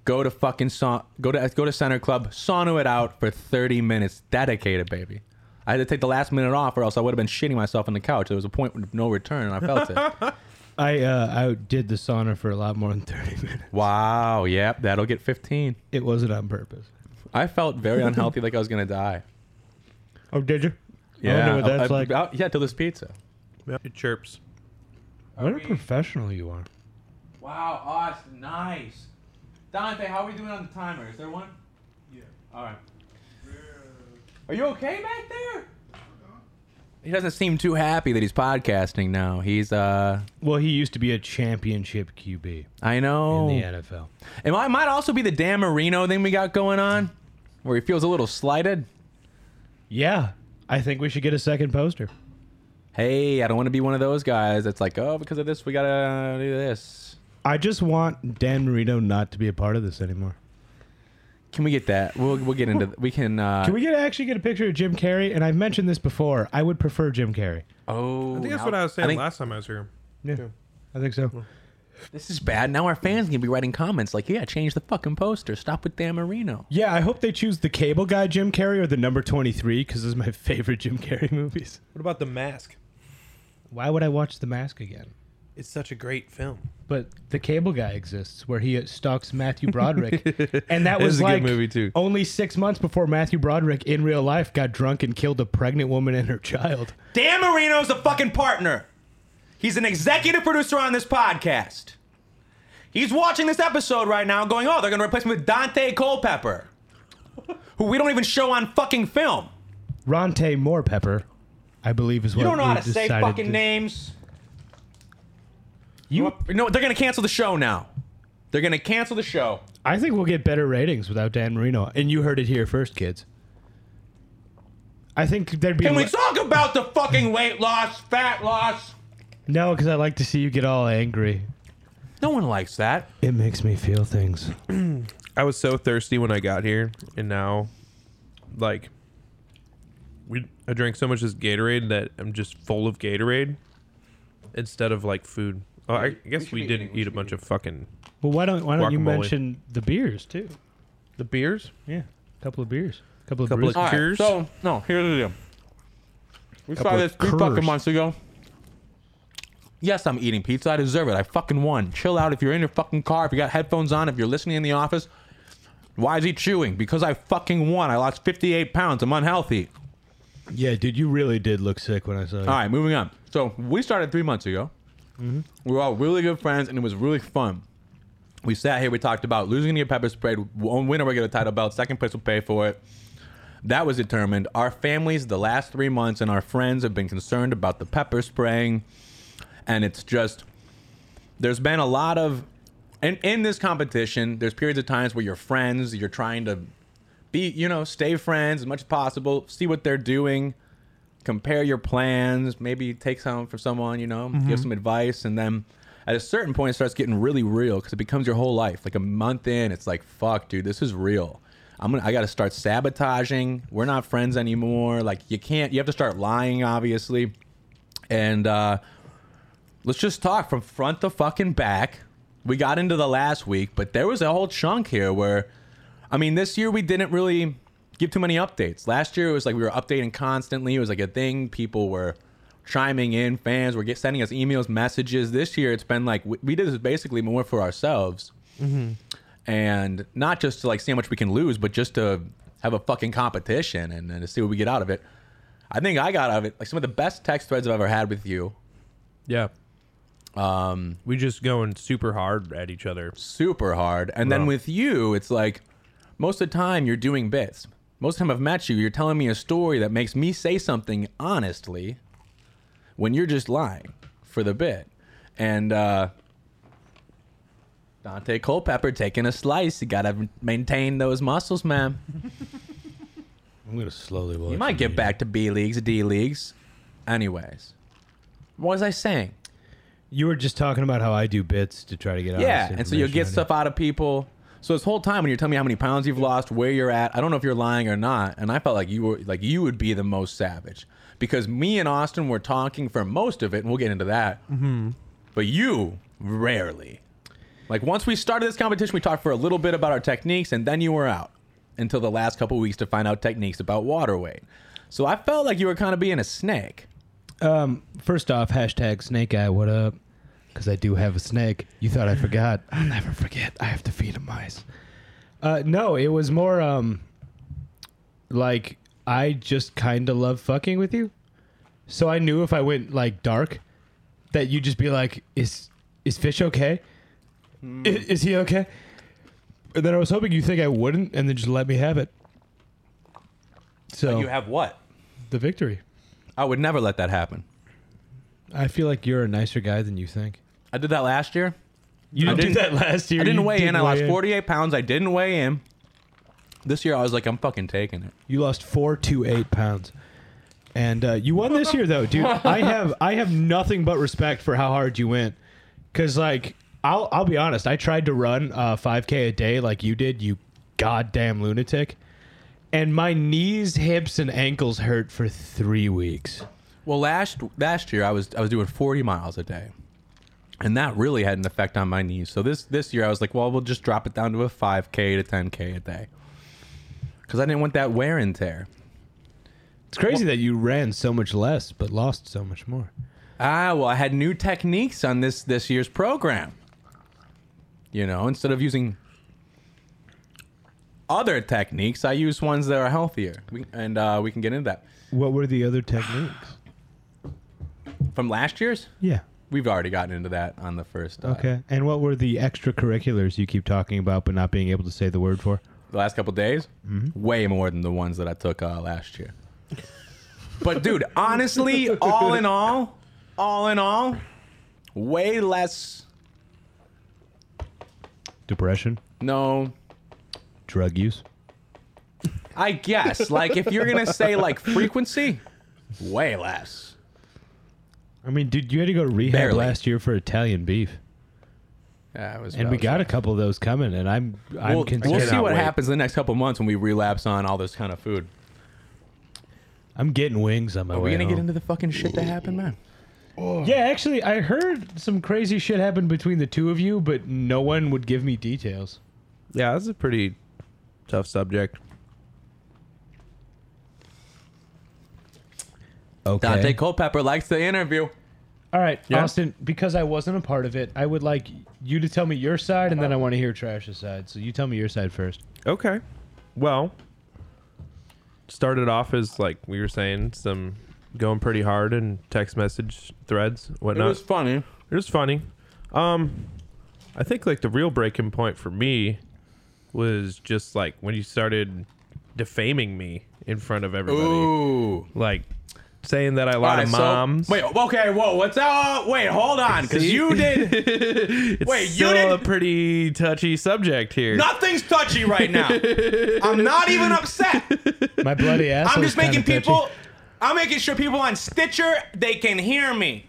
B: Go to fucking sa- go to go to center club, sauna it out for 30 minutes, dedicated, baby. I had to take the last minute off, or else I would have been shitting myself on the couch. There was a point of no return, and I felt it.
F: [LAUGHS]
C: I uh, I did the sauna for a lot more than thirty [LAUGHS] minutes.
B: wow, yep, that'll get 15.
C: It wasn't on purpose.
B: I felt very unhealthy, like I was gonna die.
F: Oh, did you?
B: Yeah,
F: know what that's like.
B: I- yeah, till this pizza.
D: Yeah, It chirps.
F: What a professional you are.
B: Wow, Oz, nice. Dante, how are we doing on the timer? Is there one? Yeah. All right. Are you okay back there? He doesn't seem too happy that he's podcasting now. He's uh,
C: Well, he used to be a championship QB
B: I know.
C: in the NFL.
B: And it might also be the Dan Marino thing we got going on, where he feels a little slighted.
C: Yeah, I think we should get a second poster.
B: Hey, I don't want to be one of those guys that's like, oh, because of this we gotta do this.
C: I just want Dan Marino not to be a part of this anymore.
B: Can we get that? We'll we'll get into we can. Uh,
C: Can we get actually get a picture of Jim Carrey? And I've mentioned this before. I would prefer Jim Carrey.
B: Oh,
D: I think that's what I was saying last time I was here.
C: Yeah, I think so.
B: This is bad. Now our fans gonna be writing comments like, "Yeah, change the fucking poster. Stop with Dan Marino."
C: Yeah, I hope they choose the cable guy Jim Carrey or the number twenty three because this is my [LAUGHS] favorite Jim Carrey movies.
D: What about the mask?
C: Why would I watch The Mask again?
D: It's such a great film.
C: But the cable guy exists where he stalks Matthew
D: [LAUGHS]
C: Broderick, and that
D: It
C: was
D: is a good
C: like
D: movie, too.
C: only six months before Matthew Broderick in real life got drunk and killed a pregnant woman and her child.
B: Dan Marino's a fucking partner. He's an executive producer on this podcast. He's watching this episode right now, going, "Oh, they're gonna replace me with Dante Culpepper, who we don't even show on fucking film.
C: Ronte Moorpepper, I believe is what
B: You don't know how
C: we
B: to say
C: decided
B: fucking
C: to-
B: names."
C: You,
B: No, they're gonna cancel the show now. They're gonna cancel the show.
C: I think we'll get better ratings without Dan Marino, and you heard it here first, kids. I think there'd be
B: Can we
C: le-
B: talk about the fucking weight loss, fat loss?
C: no, because I like to see you get all angry.
B: No one likes that.
C: It makes me feel things.
D: I was so thirsty when I got here, and now, like, we I drank so much of this Gatorade that I'm just full of Gatorade instead of like food. Oh, I guess we, didn't eat a bunch of fucking
C: Well, why don't why don't you
D: Guacamole.
C: mention the beers too?
D: the beers.
C: Yeah, a couple of beers, a couple of
D: Couple
C: brews.
D: of-
B: All right,
D: Cheers.
B: so no, here's the deal. We saw
C: of
B: this three
C: curves.
B: fucking months ago. Yes, I'm eating pizza. I deserve it. I fucking won. Chill out. If you're in your fucking car, if you got headphones on, if you're listening in the office, why is he chewing? Because I fucking won. I lost 58 pounds. I'm unhealthy.
C: Yeah, dude, you really did look sick when I saw you.
B: All right, moving on. So we started three months ago. We were all really good friends, and it was really fun. We sat here. We talked about losing to your pepper spray. One winner will get a title belt. Second place will pay for it. That was determined. Our families, the last three months, and our friends have been concerned about the pepper spraying, and it's just there's been a lot of in, in this competition. There's periods of times where you're friends. You're trying to be, you know, stay friends as much as possible. See what they're doing compare your plans, maybe take some from someone, you know, give some advice, and then at a certain point, it starts getting really real because it becomes your whole life. Like a month in, it's like, fuck, dude, this is real. I'm gonna, I got to start sabotaging. We're not friends anymore. Like you can't, you have to start lying, obviously. And uh, let's just talk from front to fucking back. We got into the last week, but there was a whole chunk here where, I mean, this year we didn't really give too many updates. Last year it was like we were updating constantly. It was like a thing. People were chiming in. Fans were get, sending us emails, messages. This year it's been like we, we did this basically more for ourselves, and not just to like see how much we can lose, but just to have a fucking competition and, and to see what we get out of it. I think I got out of it like some of the best text threads I've ever had with you.
D: Yeah. Um, we just going super hard at each other.
B: super hard. And then
D: Wow.
B: with you, it's like most of the time you're doing bits. Most of the time I've met you, you're telling me a story that makes me say something honestly when you're just lying for the bit. And uh, Dante Culpepper taking a slice. You got to maintain those muscles, man.
C: I'm gonna slowly watch.
B: You might get back to B leagues, D leagues. Anyways, what was I saying?
C: You were just talking about how I do bits to try to get.
B: Yeah,
C: honest
B: and so you'll get
C: information out
B: stuff out of people. So this whole time when you're telling me how many pounds you've lost, where you're at, I don't know if you're lying or not. And I felt like you were like you would be the most savage because me and Austin were talking for most of it, and we'll get into that. Mm-hmm. But you rarely. Like once we started this competition, we talked for a little bit about our techniques, and then you were out until the last couple weeks to find out techniques about water weight. So I felt like you were kind of being a snake.
C: Um, first off, hashtag snake eye, what up? Because I do have a snake. You thought I forgot. I'll never forget. I have to feed him mice. Uh, no, it was more um, like I just kind of love fucking with you. So I knew if I went like dark, that you'd just be like, "Is is fish okay?
B: Hmm.
C: I- Is, he okay?" And then I was hoping you think I wouldn't, and then just let me have it. So
B: You have what?
C: the victory.
B: I would never let that happen.
C: I feel like you're a nicer guy than you think.
B: I did that last year.
C: You
B: I
C: didn't, do
B: didn't-
C: that last year.
B: I didn't
C: You
B: weigh in. I lost
C: weigh
B: 48 pounds. I didn't weigh in. This year, I was like, I'm fucking taking it.
C: You lost four to eight pounds, and uh, you won this year though, dude. [LAUGHS] I have I have nothing but respect for how hard you went, because like I'll I'll be honest, I tried to run uh, 5K a day like you did, you goddamn lunatic, and my knees, hips, and ankles hurt for three weeks.
B: Well, last last year, I was I was doing 40 miles a day, and that really had an effect on my knees. So this this year, I was like, well, we'll just drop it down to a 5K to 10K a day, because I didn't want that wear and tear.
C: It's crazy that you ran so much less but lost so much more.
B: Ah, well, I had new techniques on this this year's program. You know, instead of using other techniques, I use ones that are healthier, we, and uh, we can get into that.
C: What were the other techniques?
B: From last year's?
C: Yeah.
B: We've already gotten into that on the first. Uh,
C: Okay. And what were the extracurriculars you keep talking about but not being able to say the word for?
B: The last couple days,
C: Mm-hmm.
B: way more than the ones that I took uh, last year. but dude, honestly, all in all, all in all, way less.
C: Depression,
B: No,
C: drug use.
B: I guess. like if you're gonna say like frequency, way less.
C: I mean, dude, you had to go to rehab
B: Barely.
C: last year for Italian beef,
B: Yeah, it was.
C: and we got a couple of those coming, and I'm I'm
B: We'll,
C: concerned.
B: we'll see
D: Cannot
B: what
D: wait.
B: happens in the next couple months when we relapse on all this kind of food.
C: I'm getting wings on my
B: Are
C: way
B: we gonna
C: home.
B: get into the fucking shit that happened, man?
C: yeah, actually, I heard some crazy shit happened between the two of you, but no one would give me details.
D: Yeah, that's a pretty tough subject.
C: Okay.
B: Dante Culpepper likes the interview.
C: All right,
D: Yeah.
C: Austin, because I wasn't a part of it, I would like you to tell me your side, and then I want to hear Trash's side. So you tell me your side first.
D: Okay. Well, started off as like we were saying, some going pretty hard in text message threads,
B: It
D: whatnot.
B: was funny.
D: It was funny. Um, I think like the real breaking point for me was just like when you started defaming me in front of everybody,
B: Ooh.
D: like saying that I lied to
B: Alright, so-
D: moms.
B: wait, okay, whoa, what's up? Wait, hold on, because
D: See?
B: you
D: [LAUGHS]
B: did.
D: it's
B: wait, you
D: still a
B: didn't-
D: pretty touchy subject here.
B: Nothing's touchy right now. I'm not even upset.
C: My bloody [LAUGHS] ass.
B: I'm just making people. I'm making sure people on Stitcher they can hear me.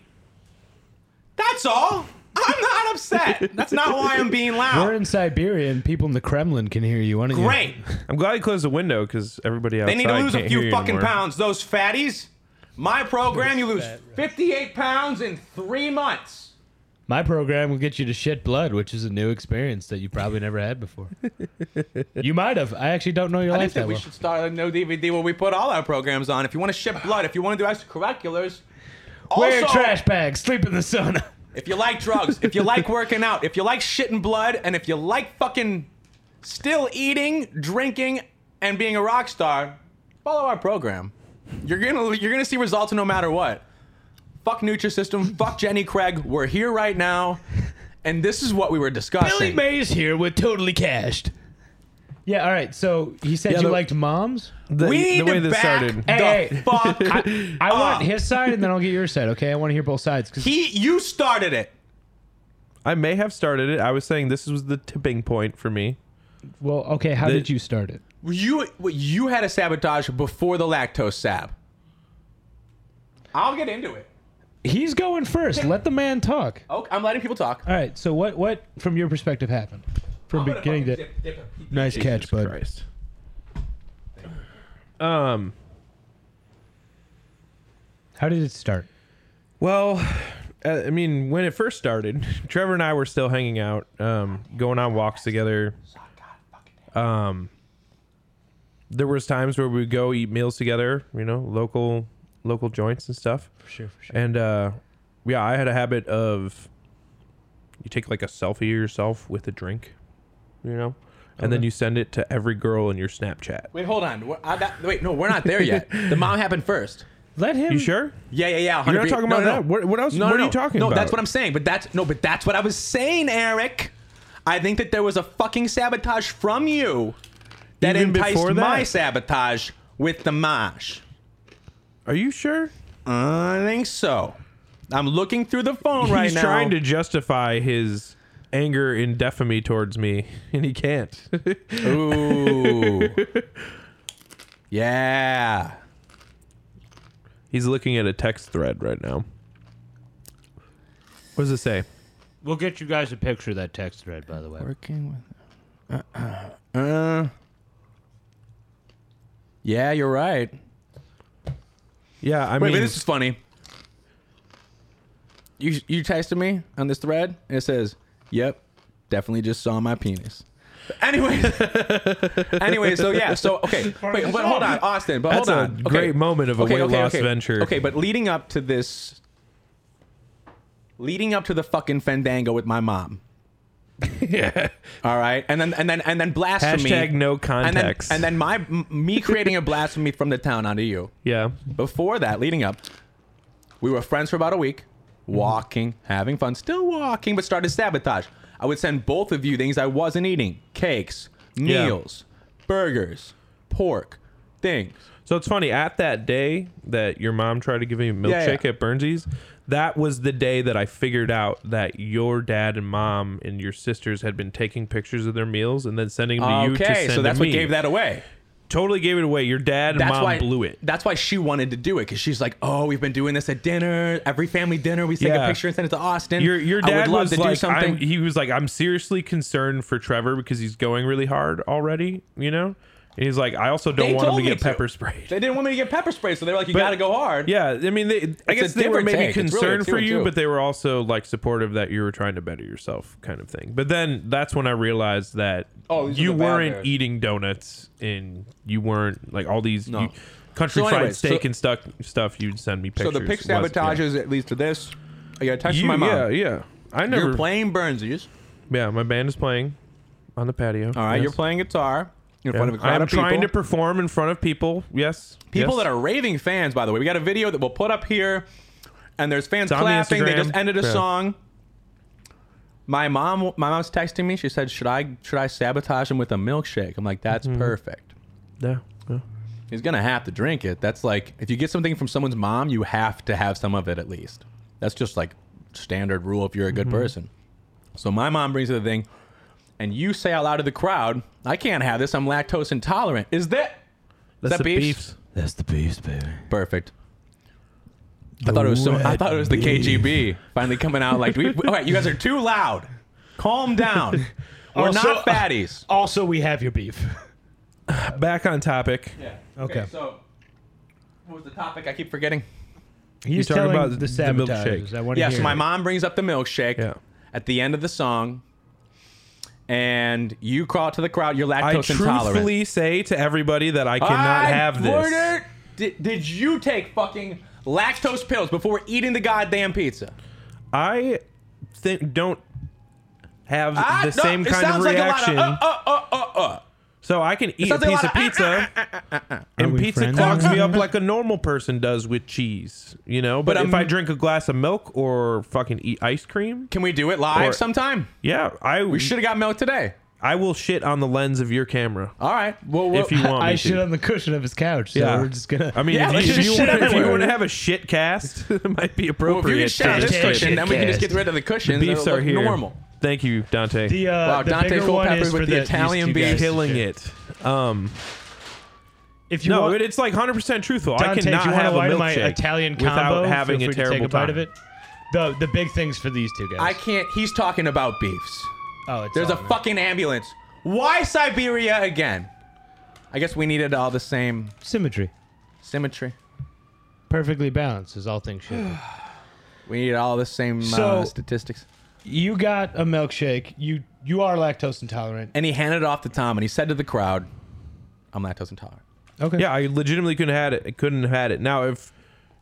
B: That's all. I'm not upset. That's not why I'm being
F: We're
B: loud.
F: in Siberia and people in the Kremlin can hear you. Why don't you-
B: Great.
D: I'm glad he closed the window because everybody outside
B: They need to lose
D: can't
B: a
D: hear
B: few
D: you
B: fucking
D: anymore.
B: pounds. Those fatties. My program, you lose 58 pounds in three months.
F: My program will get you to shit blood, which is a new experience that you probably never had [LAUGHS] before. you might have. I actually don't know your
B: I
F: life
B: think that
F: that
B: we
F: well.
B: should start a no DVD where we put all our programs on. If you want to ship blood, if you want to do extracurriculars,
F: Wear
B: also,
F: trash bags, sleep in the sauna.
B: If you like drugs, if you like working out, if you like shit and blood, and if you like fucking still eating, drinking, and being a rock star, follow our program. You're gonna you're gonna see results no matter what. Fuck Nutrisystem, fuck Jenny Craig. We're here right now, and this is what we were discussing.
F: [LAUGHS] Billy Mays here with Totally Cashed. Yeah, all right. So he said
D: Yeah,
F: you
D: the-
F: liked moms?
D: The,
B: we need
D: the way
B: to
D: this
B: back e-
D: started.
B: the
F: Hey, hey.
B: fuck.
C: [LAUGHS]
F: I, uh, I want
B: Ah.
F: his side and then I'll get your side, okay? I want to hear both sides. 'cause-
B: he you started it.
D: I may have started it. I was saying this was the tipping point for me.
F: well, okay, how
D: The-
F: did you start it?
B: You you had a sabotage before the lactose sab. I'll get into it.
F: He's going first. Let the man talk.
B: Okay, I'm letting people talk.
F: All right, so what, what from your perspective, happened? From beginning to. Nice catch, bud.
D: Christ. Um.
F: How did it start?
D: Well, uh, I mean, when it first started, [LAUGHS] Trevor and I were still hanging out, um, going on walks together. Um, there was times where we would go eat meals together, you know, local local joints and stuff. For
F: sure, for sure.
D: And uh, yeah, I had a habit of you take like a selfie of yourself with a drink, you know, and then you send it to every girl in your Snapchat.
B: Wait, hold on. We're- I got- wait, no, we're not there yet.
D: [LAUGHS]
B: the mom happened first.
F: Let him.
D: You sure?
B: Yeah, yeah, yeah.
D: You're not
B: 100%.
D: talking
B: No,
D: about
B: no,
D: that.
B: no.
D: What, what else?
B: No,
D: what
B: no,
D: are you
B: no.
D: talking
B: no,
D: about?
B: that's what I'm saying. But that's no, but that's what I was saying, Eric. I think that there was a fucking sabotage from you that
D: Even
B: enticed
D: before that?
B: my sabotage with the mash.
D: Are you sure?
B: I think so. I'm looking through the phone right
D: [LAUGHS] he's
B: now.
D: trying to justify his anger and defamy towards me, and he can't. [LAUGHS]
B: Ooh. [LAUGHS] yeah.
D: he's looking at a text thread right now. What does it say?
F: We'll get you guys a picture of that text thread, by the way.
B: Working with. Uh, uh, yeah, you're right.
D: Yeah, I
B: Wait,
D: mean,
B: but [LAUGHS] this is funny. You you texted me on this thread and it says, "Yep, definitely just saw my penis." Anyway, [LAUGHS] anyway, so yeah, so okay, wait, but hold on, Austin, but
D: That's
B: hold
D: a
B: on.
D: great
B: Okay.
D: moment of a weight loss
B: okay.
D: venture.
B: Okay, but leading up to this, leading up to the fucking fandango with my mom.
D: yeah.
B: All right, and then and then and then blasphemy.
D: Hashtag no
B: and then,
D: context.
B: and then my m- me creating a blasphemy from the town onto you.
D: yeah,
B: Before that, leading up, we were friends for about a week,
D: Mm-hmm.
B: walking, having fun, still walking, but started sabotage. I would send both of you things I wasn't eating: cakes,
D: Yeah.
B: meals, burgers, pork, things.
D: So it's funny at that day that your mom tried to give me a milkshake
B: Yeah, yeah.
D: at Burnsies. That was the day that I figured out that your dad and mom and your sisters had been taking pictures of their meals and then sending them to you. to
B: okay,
D: send
B: so
D: to
B: that's what
D: me.
B: gave that away.
D: Totally gave it away. Your dad and
B: That's
D: mom
B: why
D: blew it.
B: That's why she wanted to do it because she's like, "Oh, we've been doing this at dinner, every family dinner. We take
D: Yeah.
B: a picture and send it to Austin.
D: Your your
B: I
D: dad
B: would love
D: was
B: to
D: like
B: do something."
D: I'm, he was like I'm seriously concerned for Trevor because he's going really hard already, you know. And he's like I also don't
B: They
D: want him
B: told
D: to
B: me
D: get
B: to.
D: pepper sprayed.
B: They didn't want me to get pepper sprayed, so they were like, "You got to go hard."
D: Yeah, I mean, they, I
B: It's
D: guess
B: a
D: they were
B: different
D: maybe
B: take. It's really a
D: concerned
B: two
D: for
B: and
D: you,
B: two.
D: but they were also like supportive that you were trying to better yourself, kind of thing. But then that's when I realized that
B: Oh, these are
D: you
B: the bad
D: weren't
B: bears.
D: eating donuts and you weren't like all these
B: No.
D: you- country
B: So
D: fried
B: anyways,
D: steak
B: so-
D: and stuff stuff you'd send me
B: So
D: pictures.
B: the pick
D: was-
B: sabotages it leads to this. I got a
D: Yeah.
B: text
D: You,
B: from my mom.
D: yeah, yeah. I never.
B: You're playing Burnsies.
D: Yeah, my band is playing on the patio.
B: All right,
D: yes.
B: you're playing guitar in front of a crowd
D: I'm
B: of people.
D: trying to perform in front of people. Yes,
B: people
D: yes.
B: that are raving fans. By the way, we got a video that we'll put up here, and there's fans
D: It's on the
B: clapping. They
D: Instagram.
B: just ended a
D: Yeah.
B: song. My mom, my mom's texting me. She said, "Should I, should I sabotage him with a milkshake?" I'm like,
D: Mm-hmm.
B: "That's perfect.
D: Yeah, yeah.
B: He's gonna have to drink it. That's like if you get something from someone's mom, you have to have some of it at least. That's just like standard rule if you're a good person. So my mom brings the thing, and you say out loud to the crowd, "I can't have this. I'm lactose intolerant." Is that
D: That's
B: that
D: the
B: beefs?
D: beefs.
F: That's the beefs, baby.
B: perfect? I thought it was so. I thought it was the KGB finally coming out. Like, do we, all right, you guys are too loud. Calm down. We're
F: Also-
B: not fatties.
F: Also, we have your beef. [LAUGHS]
D: Back on topic.
B: Yeah.
F: Okay.
B: So, what was the topic? I keep forgetting.
F: He's
D: talking
F: telling
D: about
F: the
D: the
F: sabotage.
D: milkshake.
F: I want
B: Yeah.
F: to
B: So my
F: [LAUGHS]
B: mom brings up the milkshake
D: Yeah.
B: at the end of the song, and you crawl out to the crowd. You're
D: I
B: lactose intolerant.
D: truthfully say to everybody that I cannot
B: I
D: have this.
B: ordered- Did, did you take fucking lactose pills before eating the goddamn pizza?
D: I think don't have
B: I-
D: the
B: no,
D: same
B: it
D: kind of
B: sounds like a lot
D: reaction.
B: uh, uh, uh, uh, uh.
D: so I can eat a
B: sounds like a
D: piece of
B: lot of, uh,
D: pizza, and
F: we
D: pizza
F: friends
D: clogs
F: now?
B: [LAUGHS]
D: me up like a normal person does with cheese. You know, but,
B: But
D: if
B: I'm-
D: I drink a glass of milk or fucking eat ice cream,
B: Can we do it live
D: Or-
B: sometime?
D: yeah, I
B: We should have got milk today.
D: I will shit on the lens of your camera
B: All right. Well, we'll
D: if you want.
F: I
D: me
F: shit
D: to.
F: on the cushion of his couch. So
D: Yeah.
F: we're just gonna.
D: I mean,
B: Yeah,
D: if
B: let's
D: you, if
B: just
D: you,
B: shit
D: want, if you
B: everywhere.
D: want to have a shit
F: [LAUGHS]
D: cast, it might be appropriate.
B: Well, if you can shit on this
D: to-
F: Shit, shit,
B: cushion, then we can just
F: cast.
B: get rid of the cushions.
D: beats
B: It'll
D: are
B: look
D: here.
B: Normal.
D: Thank you, Dante.
F: the uh,
B: Wow,
F: the
B: Dante
F: bigger one
B: Culpepper
F: is
B: with
F: for
B: the
F: these
B: Italian
F: two guys.
B: beef.
D: killing it. Um,
F: If you
D: no,
F: want,
D: it, it's like 100% truthful.
F: Dante,
D: I cannot
F: if you want
D: have
F: a
D: a
F: bite of my
D: milkshake
F: Italian
D: without
F: combo,
D: having
F: feel
D: a
F: free to
D: terrible
F: take a bite
D: time.
F: of it. The the big things for these two
B: I
F: guys.
B: can't. He's talking about beefs.
F: oh, it's
B: There's a
F: on there.
B: fucking ambulance. Why Siberia again? I guess we needed all the same
F: symmetry,
B: symmetry.
F: perfectly balanced, is all things should. be.
B: We needed all the same
F: So-
B: uh, statistics.
F: you got a milkshake. You you are lactose intolerant.
B: And he handed it off to Tom, and he said to the crowd, "I'm lactose intolerant."
F: Okay.
D: [LAUGHS] Yeah, I legitimately couldn't have had it. I couldn't have had it. Now, if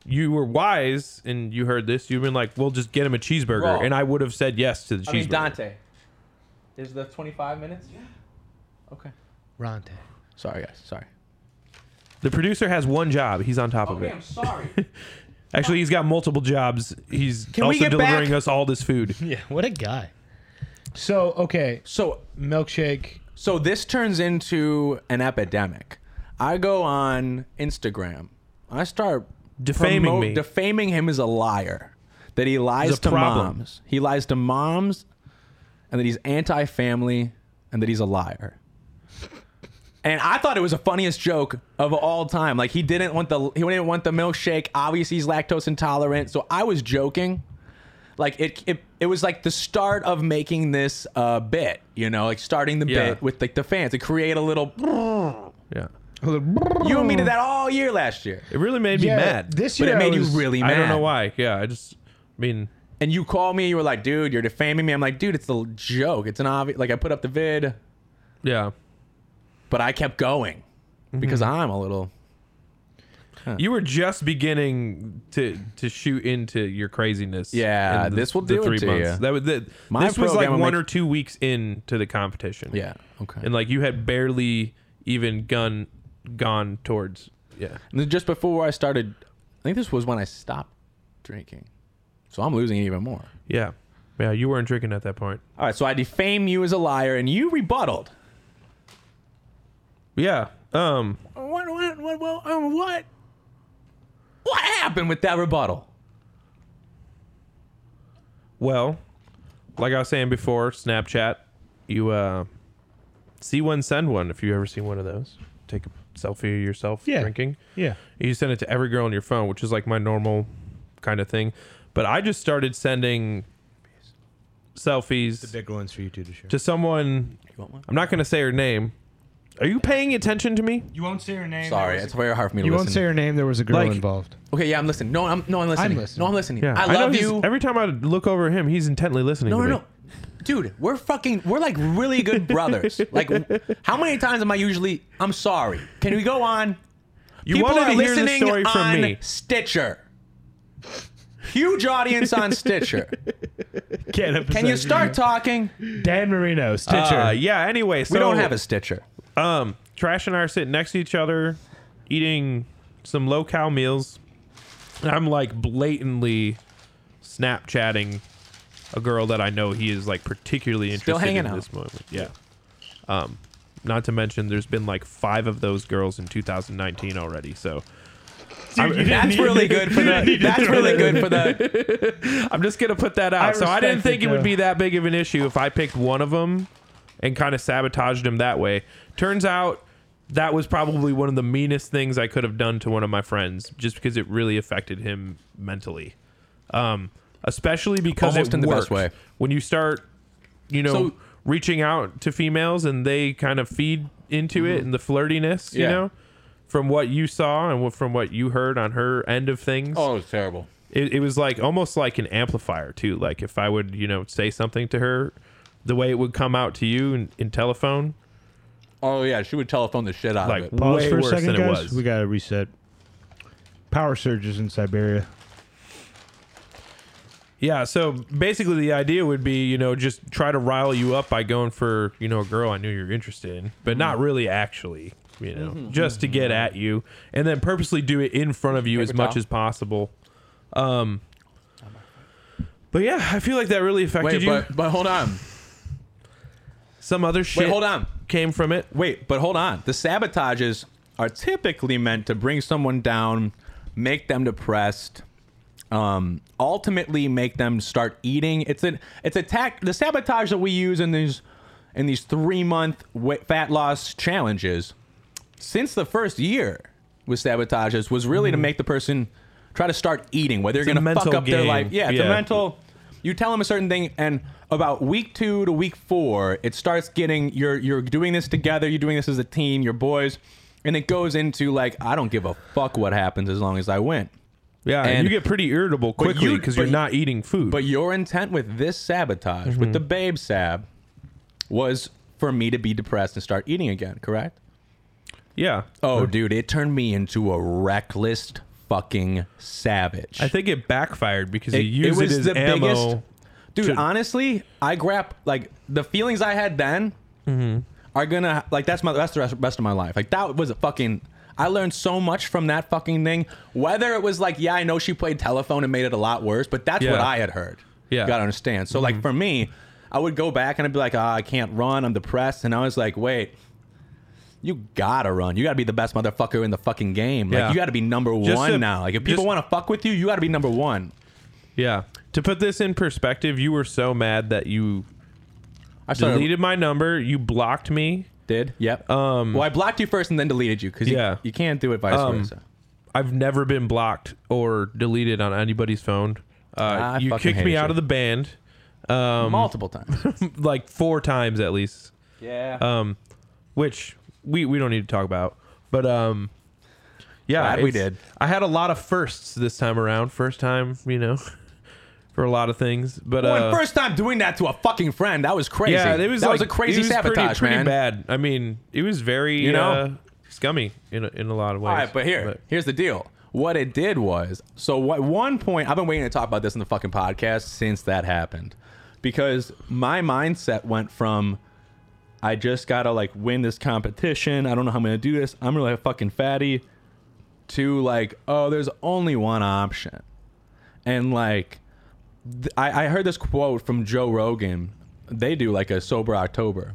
D: you were wise and you heard this, you'd been like, "Well, just get him a cheeseburger,"
B: Raw.
D: and I would have said yes to the cheeseburger.
B: I mean, Dante. Is the 25 minutes? Yeah. Okay.
F: Ronte.
B: Sorry, guys. Sorry.
D: the producer has one job. He's on
B: Oh,
D: top of it.
B: sorry.
D: Actually, he's got multiple jobs. He's
B: Can we
D: also
B: get back-
D: delivering us all this
B: [LAUGHS]
D: food.
F: Yeah. [LAUGHS] What a guy. So okay,
B: [LAUGHS] so,
F: milkshake.
B: so this turns into an epidemic. I go on Instagram. I start
D: Defaming
B: promote-
D: me.
B: defaming him as a liar. That he lies
D: a
B: to
D: problem.
B: moms. He lies to moms, and that he's anti-family, and that he's a liar. And I thought it was the funniest joke of all time. Like he didn't want the he didn't want the milkshake. Obviously, he's lactose intolerant. So I was joking. Like it it, it was like the start of making this uh, bit. You know, like starting the
D: Yeah.
B: bit with like the fans to create a little.
D: Yeah,
B: You and me did that all year last year,
D: it really made me
F: Yeah,
D: mad.
F: This
B: but
F: year
B: it
F: I
B: made you
F: was-
B: really mad.
D: I don't know why. Yeah, I just I mean.
B: And you called me. You were like, "Dude, you're defaming me." I'm like, "Dude, it's a joke. It's an obvious." Like I put up the vid,
D: Yeah.
B: but I kept going because
D: Mm-hmm.
B: I'm a little.
D: You were just beginning to to shoot into your craziness.
B: Yeah,
D: in
B: this will
D: the
B: do it
D: three
B: to
D: months.
B: ya.
D: That was that,
B: My
D: this was like
B: program will
D: one
B: make-
D: or two weeks into the competition.
B: Yeah. Okay.
D: and like you had barely even gun gone towards. Yeah,
B: And then just before I started, I think this was when I stopped drinking. So I'm losing even more.
D: yeah, yeah. You weren't drinking at that point.
B: All right, so I defame you as a liar, and you rebutted.
D: Yeah. Um.
B: What? What? What? What? Um, what? What happened with that rebuttal?
D: Well, like I was saying before, Snapchat. You uh, see one, send one. If you ever seen one of those, take a selfie of yourself
F: Yeah.
D: drinking.
F: Yeah.
D: You send it to every girl on your phone, which is like my normal kind of thing. But I just started sending selfies
F: Bigger ones for you two to share.
D: to someone. I'm not going to say her name. Are you paying attention to me?
F: You won't say her name.
B: Sorry, it's very hard for me to
F: You
B: listen.
F: won't say her name. There was a girl
D: Like-
F: involved.
B: okay, yeah, I'm listening. No, I'm no, I'm listening.
F: listening.
B: No, I'm listening.
D: Yeah,
B: I
D: know
B: love
D: he's-
B: you.
D: Every time I look over at him, he's intently listening.
B: no,
D: to
B: no,
D: me.
B: no, dude, we're fucking, we're like really good
D: [LAUGHS]
B: brothers. like, how many times am I usually? I'm sorry. Can we go on?
D: You
B: People
D: wanted
B: are
D: to hear
B: listening
D: the story
B: on
D: from me.
B: Stitcher. Huge audience on
D: [LAUGHS]
B: Stitcher. Can you start talking?
F: Dan Marino, Stitcher.
D: Uh, yeah. Anyway, so
B: we don't have a Stitcher.
D: Um, Trash and I are sitting next to each other, eating some low cal meals. And I'm like blatantly Snapchatting a girl that I know he is like particularly interested
B: Still hanging
D: in
B: out.
D: this moment. Yeah. Um, not to mention there's been like five of those girls in 2019 already. So I'm,
B: That's really good for the. That's really good for
D: [LAUGHS]
B: the.
D: I'm just gonna put that out.
F: I
D: so I didn't
F: respect
D: think
F: it,
D: it would
F: though.
D: be that big of an issue if I picked one of them and kind of sabotaged him that way. Turns out that was probably one of the meanest things I could have done to one of my friends, just because it really affected him mentally. Um, especially because
B: Almost
D: it
B: in the best
D: works.
B: way.
D: when you start, you know,
B: So-
D: reaching out to females and they kind of feed into
F: Mm-hmm.
D: it and the flirtiness, you
B: Yeah.
D: know, from what you saw and what- from what you heard on her end of things
B: Oh, it was terrible.
D: it, it was like almost like an amplifier too like if i would you know say something to her the way it would come out to you in, in telephone
B: Oh yeah, she would telephone the shit out
D: like
B: of it.
C: Pause
D: way
C: for a
D: worse
C: second,
D: than
C: guys.
D: it was
C: We gotta reset. Power surges in Siberia.
D: yeah so basically the idea would be you know just try to rile you up by going for you know a girl i knew you were interested in but not really actually you know
B: Mm-hmm.
D: just to get at you and then purposely do it in front of you as
B: Paper
D: much
B: towel.
D: as possible um but yeah i feel like that really affected
B: Wait,
D: you
B: but but hold on.
D: some other shit
B: Wait, hold on.
D: came from it
B: Wait, but hold on. The sabotages are typically meant to bring someone down, make them depressed, um, ultimately make them start eating. It's an it's a tac The sabotage that we use in these in these three month fat loss challenges since the first year with sabotages was really to make the person try to start eating, whether
D: Mm-hmm.
B: you're
D: a
B: going to fuck
D: mental
B: up their
D: game.
B: life. Yeah, it's
D: Yeah.
B: a mental. You tell them a certain thing, and about week two to week four, it starts getting you're you're doing this together. You're doing this as a team, your boys, and it goes into like I don't give a fuck what happens as long as I win.
D: Yeah, and,
B: And-
D: you get pretty irritable quickly
B: you-
D: because
B: but
D: you, are
B: you-
D: not eating food.
B: But your intent with this sabotage,
D: Mm-hmm.
B: with the babe sab, was for me to be depressed and start eating again. Correct?
D: yeah,
B: Oh, dude, it turned me into a reckless fucking savage.
D: I think it backfired because
B: It-
D: you used it, as ammo.
B: dude.
D: to-
B: honestly, I grab like the feelings I had then
D: Mm-hmm.
B: are gonna like that's my that's the rest, rest of my life. Like that was a fucking. I learned so much from that fucking thing. Whether it was like, yeah, I know she played telephone and made it a lot worse, but that's what
D: Yeah.
B: I had heard.
D: Yeah.
B: you
D: Mm-hmm.
B: gotta understand. So like for me, I would go back and I'd be like, ah, I can't run. I'm depressed, and I was like, wait. You gotta run. You gotta be the best motherfucker in the fucking game. Like
D: Yeah.
B: you gotta be number
D: Just
B: one
D: to-
B: now. Like if people
D: just-
B: want to fuck with you, you gotta be number one.
D: Yeah. To put this in perspective, you were so mad that you
B: I started
D: deleted my number, you blocked me.
B: Did? Yep.
D: Um,
B: well, I blocked you first and then deleted you because
D: Yeah.
B: you, you can't do it vice
D: Um,
B: versa.
D: I've never been blocked or deleted on anybody's phone. Uh,
B: I
D: you
B: fucking
D: kicked
B: hate
D: me
B: you.
D: out of the band, um,
B: Multiple
D: [LAUGHS]
B: times.
D: like four times at least,
B: yeah.
D: um, which we we don't need to talk about. But um, yeah,
B: Glad we
D: it's-
B: did.
D: I had a lot of firsts this time around. First time, you know, [LAUGHS] for a lot of things. But uh,
B: first time doing that to a fucking friend, that was crazy.
D: yeah, it was
B: that
D: like,
B: was a crazy
D: it was
B: sabotage,
D: pretty, pretty
B: man.
D: Bad. I mean, it was very
B: You know?
D: uh, scummy in a, in a lot of ways.
B: All right, but here, here's the deal. What it did was, so what one point I've been waiting to talk about this in the fucking podcast since that happened, because my mindset went from, I just gotta like win this competition. I don't know how I'm gonna do this. I'm really a fucking fatty. To like, oh, there's only one option, and like, th- I, I heard this quote from Joe Rogan. They do like a sober October,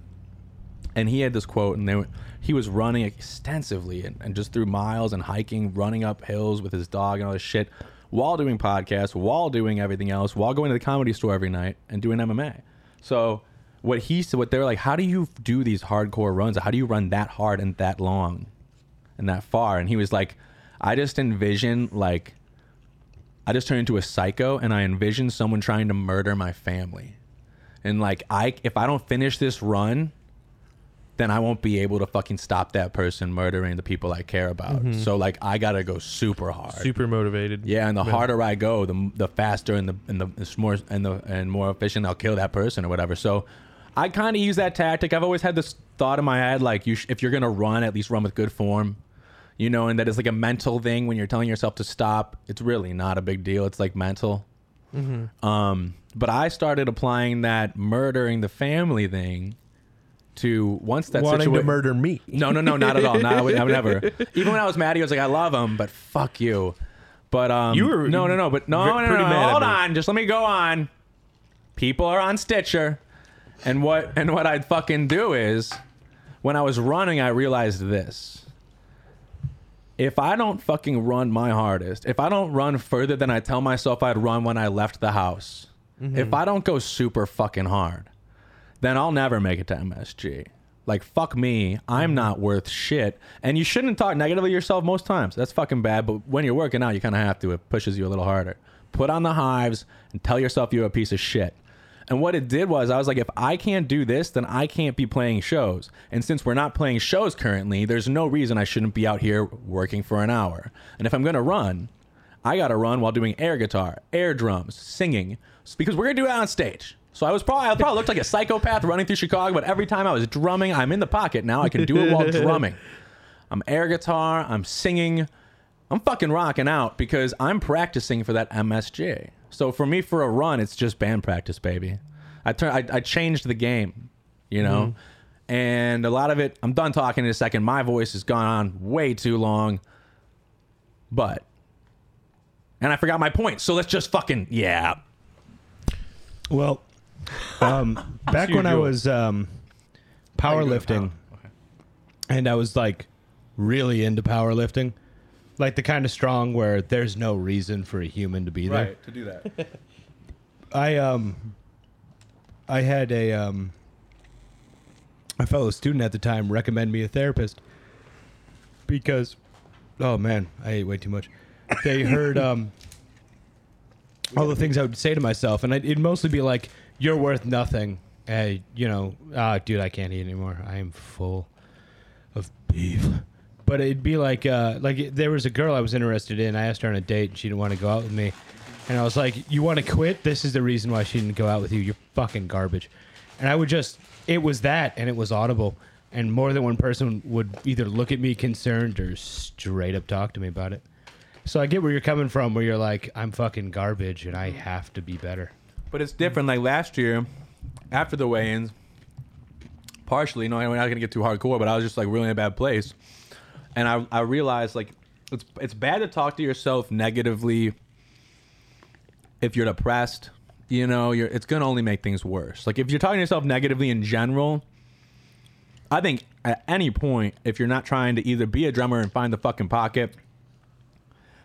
B: and he had this quote, and they were, he was running extensively and, and just through miles and hiking, running up hills with his dog and all this shit, while doing podcasts, while doing everything else, while going to the comedy store every night and doing MMA. So what he said, what they were like, how do you do these hardcore runs? How do you run that hard and that long, and that far? And he was like, I just envision like. I just turn into a psycho and I envision someone trying to murder my family. And like I if I don't finish this run, then I won't be able to fucking stop that person murdering the people I care about. So like I got to go super hard.
D: super motivated.
B: yeah, and the harder I go, the the faster and the and the it's more and the and more efficient I'll kill that person or whatever. So I kind of use that tactic. I've always had this thought in my head like you sh- if you're going to run, at least run with good form you know, and that is like a mental thing when you're telling yourself to stop. It's really not a big deal. It's like mental.
D: Mm-hmm.
B: Um, but I started applying that murdering the family thing to once that
D: wanting to
B: situation.
D: murder me.
B: No, no, no, not at all. No, I would, I would
D: [LAUGHS]
B: never. Even when I was mad, he was like, "I love him, but fuck you." But um,
D: You were
B: no, no, no. But no,
D: ve-
B: no, no.
D: pretty
B: no,
D: mad at
B: Hold
D: me.
B: on, just let me go on. People are on Stitcher, and what and what I'd fucking do is, when I was running, I realized this. If I don't fucking run my hardest, if I don't run further than I tell myself I'd run when I left the house,
D: Mm-hmm.
B: if I don't go super fucking hard, then I'll never make it to MSG. Like fuck me, I'm not worth shit, and you shouldn't talk negatively to yourself most times. That's fucking bad. But when you're working out, you kind of have to. It pushes you a little harder. Put on the hives and tell yourself you're a piece of shit. And what it did was, I was like, if I can't do this, then I can't be playing shows. And since we're not playing shows currently, there's no reason I shouldn't be out here working for an hour. And if I'm gonna run, I gotta run while doing air guitar, air drums, singing, s- because we're gonna do it on stage. So I was probably I probably looked like a psychopath running through Chicago, but every time I was drumming, I'm in the pocket now. I can do it while drumming. I'm air guitar, I'm singing, I'm fucking rocking out because I'm practicing for that MSJ. So for me, for a run, it's just band practice, baby. I turn, I, I changed the game, you know, and a lot of it. I'm done talking in a second. My voice has gone on way too long, but, and I forgot my point. So let's just fucking yeah.
F: Well,
B: [LAUGHS]
F: um, back when I was um, powerlifting,
B: Oh,
F: and I was like really into powerlifting, like the kind of strong where there's no reason for a human to be there.
B: to do that.
F: [LAUGHS] I um I had a um a fellow student at the time recommend me a therapist because oh man, I ate way too much. They heard um all the things I would say to myself and I'd, it'd mostly be like you're worth nothing. Hey, you know, ah, dude, I can't eat anymore. I am full of beef. But it'd be like, uh, like it- there was a girl I was interested in. I asked her on a date, and she didn't want to go out with me. And I was like, "You want to quit? This is the reason why she didn't go out with you. You're fucking garbage." And I would just, it was that, and it was audible, and more than one person would either look at me concerned or straight up talk to me about it. So I get where you're coming from, where you're like, "I'm fucking garbage, and I have to be better."
B: But it's different. Like last year, after the weigh-ins, partially, no, we're not gonna get too hardcore, but I was just like really in a bad place, and I I realized like it's it's bad to talk to yourself negatively if you're depressed. You know, you're it's gonna only make things worse. Like if you're talking to yourself negatively in general. I think at any point, if you're not trying to either be a drummer and find the fucking pocket,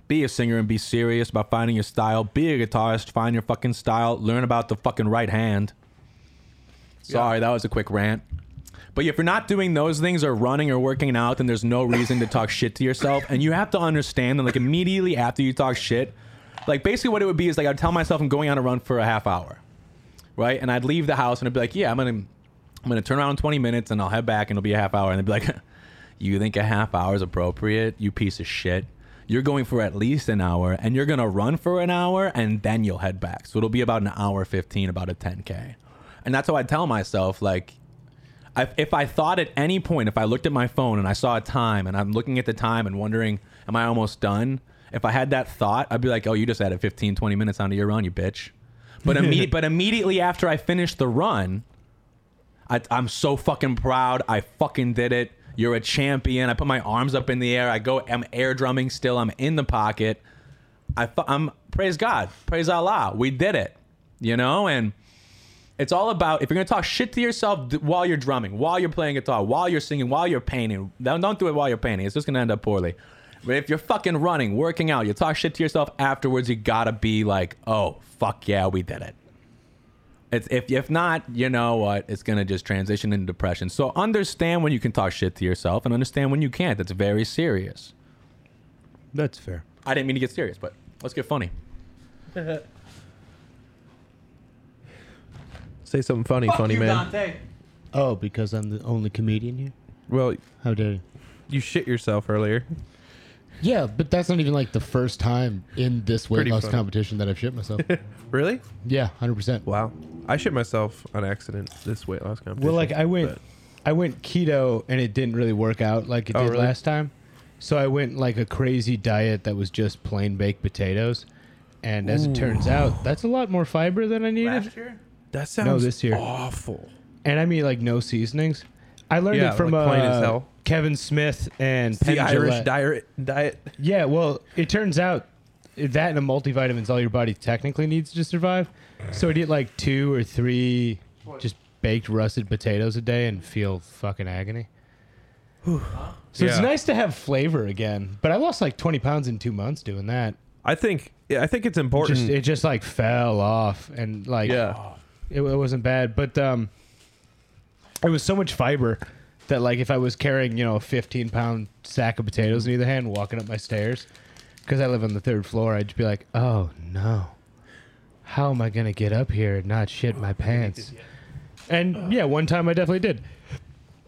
B: be a singer and be serious about finding your style. Be a guitarist, find your fucking style. Learn about the fucking right hand. Sorry, that was a quick rant. But if you're not doing those things or running or working out, then there's no reason to talk shit to yourself. And you have to understand that, like, immediately after you talk shit, like, basically what it would be is like, I'd tell myself I'm going on a run for a half hour, right? And I'd leave the house and I'd be like, yeah, I'm gonna, I'm gonna turn around in 20 minutes and I'll head back and it'll be a half hour. And they'd be like, [LAUGHS] you think a half hour is appropriate? You piece of shit. You're going for at least an hour and you're gonna run for an hour and then you'll head back. So it'll be about an hour 15, about a 10K. And that's how I tell myself, like, I, if I thought at any point, if I looked at my phone and I saw a time and I'm looking at the time and wondering, am I almost done? If I had that thought, I'd be like, oh, you just added 15, 20 minutes onto your run, you bitch. But, imme- but immediately after I finished the run, I, I'm so fucking proud. I fucking did it. You're a champion. I put my arms up in the air. I go, I'm air drumming still. I'm in the pocket. I, fu- I'm, praise God. Praise Allah. We did it. You know? And, it's all about if you're gonna talk shit to yourself d- while you're drumming, while you're playing guitar, while you're singing, while you're painting. Don't, don't do it while you're painting. It's just gonna end up poorly. But if you're fucking running, working out, you talk shit to yourself afterwards. You gotta be like, oh fuck yeah, we did it. It's if if not, you know what? It's gonna just transition into depression. So understand when you can talk shit to yourself, and understand when you can't. That's very serious.
F: That's fair.
B: I didn't mean to get serious, but let's get funny.
D: Say something funny, funny man.
F: Oh, because I'm the only comedian here.
D: Well,
F: How dare you?
D: you shit yourself earlier.
G: Yeah, but that's not even like the first time in this weight
D: Pretty
G: loss
D: funny.
G: competition that I've shit
D: [LAUGHS]
G: myself.
D: Really?
G: yeah, hundred percent.
D: Wow. I shit myself on accident this weight loss competition.
F: Well, like I went,
D: but-
F: I went keto and it didn't really work out like it
D: Oh,
F: did
D: really?
F: last time. So I went like a crazy diet that was just plain baked potatoes, and as it turns out, that's a lot more fiber than I needed.
B: year?
D: that sounds
F: this year.
D: awful.
F: And I mean like no seasonings. I learned
D: Yeah,
F: it from
D: like, plain as
F: uh,
D: hell.
F: Kevin Smith and
D: The
F: Penn
D: Irish
F: Jillette.
D: diet diet.
F: Yeah, well, it turns out that and a multivitamin is all your body technically needs to survive. So I'd eat like two or three just baked russet potatoes a day and feel fucking agony. So it's
D: Yeah.
F: nice to have flavor again, but I lost like 20 pounds in two months doing that.
D: I think yeah, I think it's important.
F: Just it just like fell off and like
D: yeah.
F: it, it wasn't bad, but um, it was so much fiber that like if I was carrying you know a 15 pound sack of potatoes in either hand, walking up my stairs, because I live on the third floor, I'd be like, oh no, how am I gonna get up here and not shit my pants? And yeah, one time I definitely did.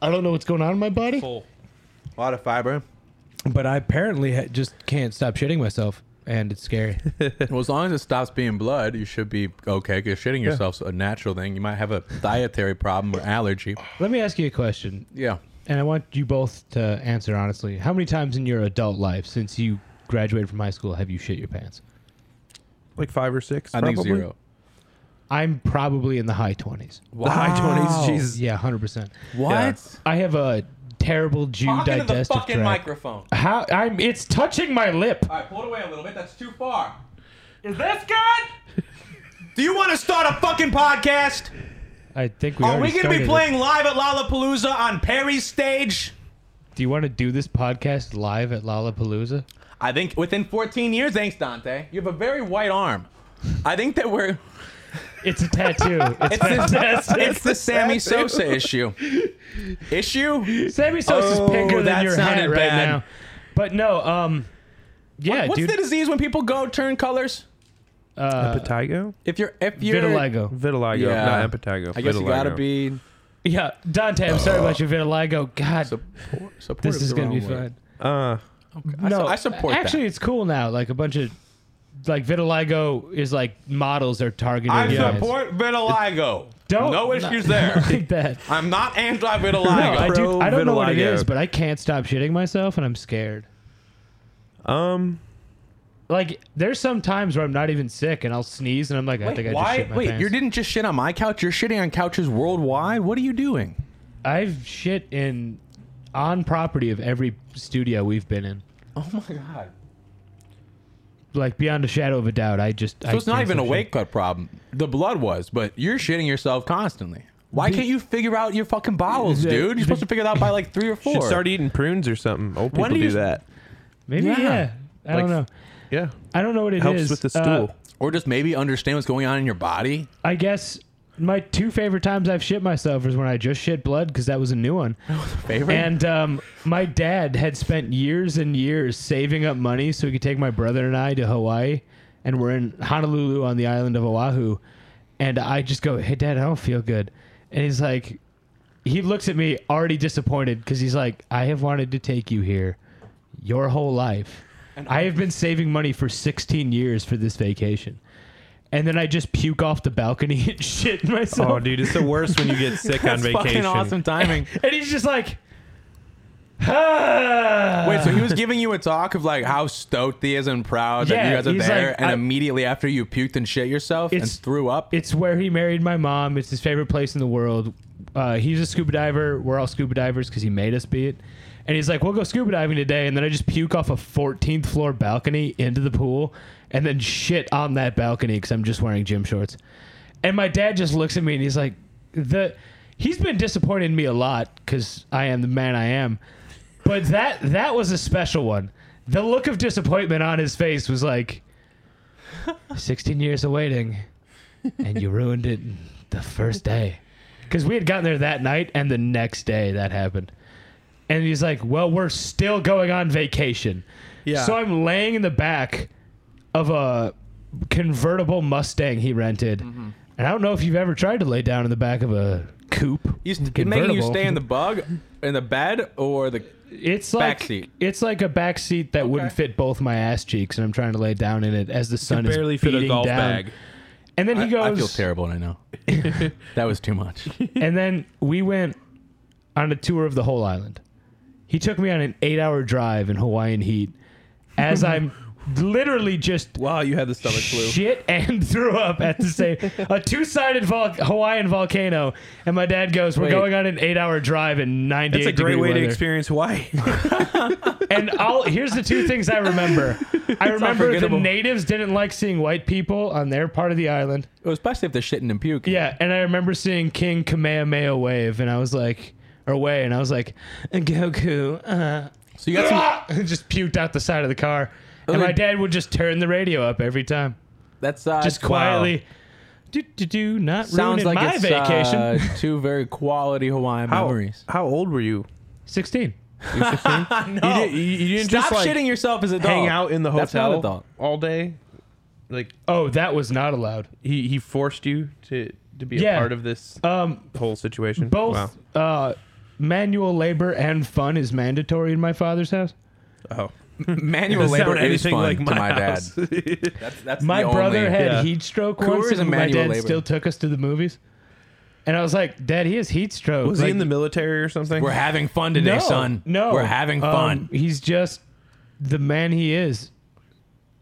F: I don't know what's going on in my body,
A: Full.
B: A lot of fiber.
F: but I apparently ha- just can't stop shitting myself, and it's scary.
B: Well, as long as it stops being blood, you should be okay because shitting yourself's a natural thing. You might have [LAUGHS] a dietary problem or allergy.
F: Let me ask you a question.
B: Yeah.
F: and I want you both to answer honestly. How many times in your adult life since you graduated from high school have you shit your pants?
D: Like five or six.
B: I think
D: probably.
B: zero.
F: I'm probably in the high 20s.
B: [LAUGHS]
D: The high twenties. Jesus.
F: Yeah, 100%.
B: What?
F: I have a terrible Jew digestive tract.
B: microphone.
F: How I'm it's touching my lip.
B: All right, pull it away a little bit. That's too far. Is this good? Do you want to start a fucking podcast?
F: I think we
B: Are we going
F: already
B: to
F: started
B: be
F: it.
B: playing live at Lollapalooza on Perry's stage?
F: Do you want to do this podcast live at Lollapalooza?
B: I think within 14 years, thanks, Dante. You have a very white arm. I think that we're.
F: It's
B: [LAUGHS]
F: a tattoo. It's [LAUGHS]
B: It's the, [LAUGHS]
F: fantastic.
B: it's the Sammy Sosa issue. Issue?
F: Sammy Sosa's
B: Oh,
F: bigger than
B: that
F: your hat
B: sounded
F: right
B: bad.
F: now. But no, um yeah,
B: What's
F: dude.
B: the disease when people go turn colors?
D: Impetigo?
B: If you're if you're
F: Vitiligo.
D: Vitiligo,
B: Yeah.
D: not impetigo.
B: I guess you gotta
D: vitiligo.
B: be
F: Yeah, Dante, I'm sorry about your vitiligo. God,
B: support, supportive
F: this is
B: the
F: gonna
B: wrong
F: be
B: word.
F: fun.
D: Uh,
B: I su- I support that.
F: Actually, it's cool now. Like a bunch of like vitiligo is like models are targeted.
B: I
F: guys.
B: support vitiligo.
F: Don't-
B: no
F: [LAUGHS]
B: issues there.
F: like that.
B: I'm not anti-vitiligo.
F: No, I, do, I don't know what it
D: Pro-vitiligo.
F: is, but I can't stop shitting myself, and I'm scared.
D: um,
F: Like there's some times where I'm not even sick, and I'll sneeze, and I'm like, I think I just shit my
B: Wait,
F: pants.
B: you didn't just shit on my couch. You're shitting on couches worldwide. What are you doing?
F: I've shit in on property of every studio we've been in.
B: Oh my god!
F: Like beyond a shadow of a doubt, I just
B: So it's not even a wake cut problem. The blood was, but you're shitting yourself constantly. Why can't you figure out your fucking bowels,
F: Yeah.
B: dude? You're supposed to figure it out by like
F: [LAUGHS]
B: three or four.
D: should start eating prunes or something. Old people
B: do you-
D: that.
F: Maybe yeah.
B: Yeah.
F: I don't know.
D: Like, Yeah,
F: I don't know what it is.
D: helps with the
F: Uh, [LAUGHS]
D: stool.
B: or just maybe understand what's going on in your body.
F: I guess my two favorite times I've shit myself is when I just shit blood because that was a new one.
B: Favorite.
F: And um, my dad had spent years and years saving up money so he could take my brother and I to Hawaii, and we're in Honolulu on the island of Oahu, and I just go, "Hey, Dad, I don't feel good," and he's like, he looks at me already disappointed because he's like, "I have wanted to take you here your whole life. I have been saving money for 16 years for this vacation." And then I just puke off the balcony [LAUGHS] and shit myself.
D: Oh, dude, it's the worst when you get
F: [LAUGHS]
D: sick on
B: That's
D: vacation.
B: fucking awesome timing.
F: And he's just like, ah.
B: Wait, so he was giving you a talk of like how stoked he is and proud that
F: Yeah,
B: you guys are
F: he's
B: there,
F: like,
B: and
F: I-
B: immediately after you puked and shit yourself and
F: It's-
B: threw up.
F: It's where he married my mom. It's his favorite place in the world. Uh, he's a scuba diver. We're all scuba divers because he made us be it. And he's like, we'll go scuba diving today. And then I just puke off a 14th floor balcony into the pool and then shit on that balcony because I'm just wearing gym shorts. And my dad just looks at me and he's like, the. He's been disappointed in me a lot because I am the man I am. But that that was a special one. The look of disappointment on his face was like [LAUGHS] 16 years of waiting and you ruined it the first day. Because we had gotten there that night, and the next day that happened. And he's like, Well, we're still going on vacation.
D: Yeah.
F: So I'm laying in the back of a convertible Mustang he rented.
D: Mm-hmm.
F: And I don't know if you've ever tried to lay down in the back of a coupe.
B: He's making you
F: convertible.
B: stay in the bug, in the bed, or the.
F: It's like
B: Backseat.
F: it's like a back seat that wouldn't fit both my ass cheeks, and I'm trying to lay down in it as the sun is
D: Barely fit a
F: beating
D: golf
F: down.
D: bag.
F: And then he goes,
B: I feel terrible, and I
F: [LAUGHS]
B: know that was too much.
F: and then we went on a tour of the whole island. He took me on an eight-hour drive in Hawaiian heat,
D: [LAUGHS]
F: as I'm literally just
D: Wow, you had the stomach flu.
F: shit and threw up at the same a two-sided vol- Hawaiian volcano. And my dad goes, "We're
B: Wait.
F: going on an eight-hour drive in 98
D: That's a great
F: degree
D: way to
F: weather."
D: experience Hawaii.
F: And I'll, here's the two things
D: [LAUGHS]
F: I remember. I remember the
B: unforgettable.
F: natives didn't like seeing white people on their part of the island.
B: Especially if they're shitting and puking.
F: Yeah, and I remember seeing King Kamehameha wave, and I was like, or way, and I was like, Goku, uh,
B: So you got some.
F: [LAUGHS] and just puked out the side of the car. And my
B: Okay.
F: dad would just turn the radio up every time,
B: That's uh,
F: just quietly. do do do not
B: Sounds
F: ruining
B: like
F: my
B: it's
F: vacation.
B: uh, two very quality Hawaiian
D: How,
B: memories.
D: how old were you?
F: Sixteen.
D: You, did, you, you didn't
B: Stop
D: just like
B: shitting yourself as a dog.
D: hang out in the
B: That's not
D: hotel [LAUGHS]
B: adult.
D: all day. Like
F: Oh, that was not allowed.
D: he, he forced you to to be
F: Yeah.
D: a part of this
F: Um,
D: whole situation.
F: both uh, manual labor and fun is mandatory in my father's house.
D: Wow. Oh.
B: Manual
D: Doesn't
B: labor
D: sound
B: is
D: anything
B: fun
D: like
B: to
D: my,
B: my dad.
D: house. [LAUGHS]
B: That's, that's
F: My
B: the
F: brother
B: only-
F: had
D: Yeah.
F: heat stroke
B: Cooler
F: once,
B: is a
F: and my
B: manual
F: dad
B: labor.
F: still took us to the movies. And I was like, "Dad, he has heat stroke."
D: Was
F: Like,
D: he in the military or something?
B: We're having fun today,
F: no,
B: son.
F: No,
B: we're having
F: Um,
B: fun.
F: he's just the man he is.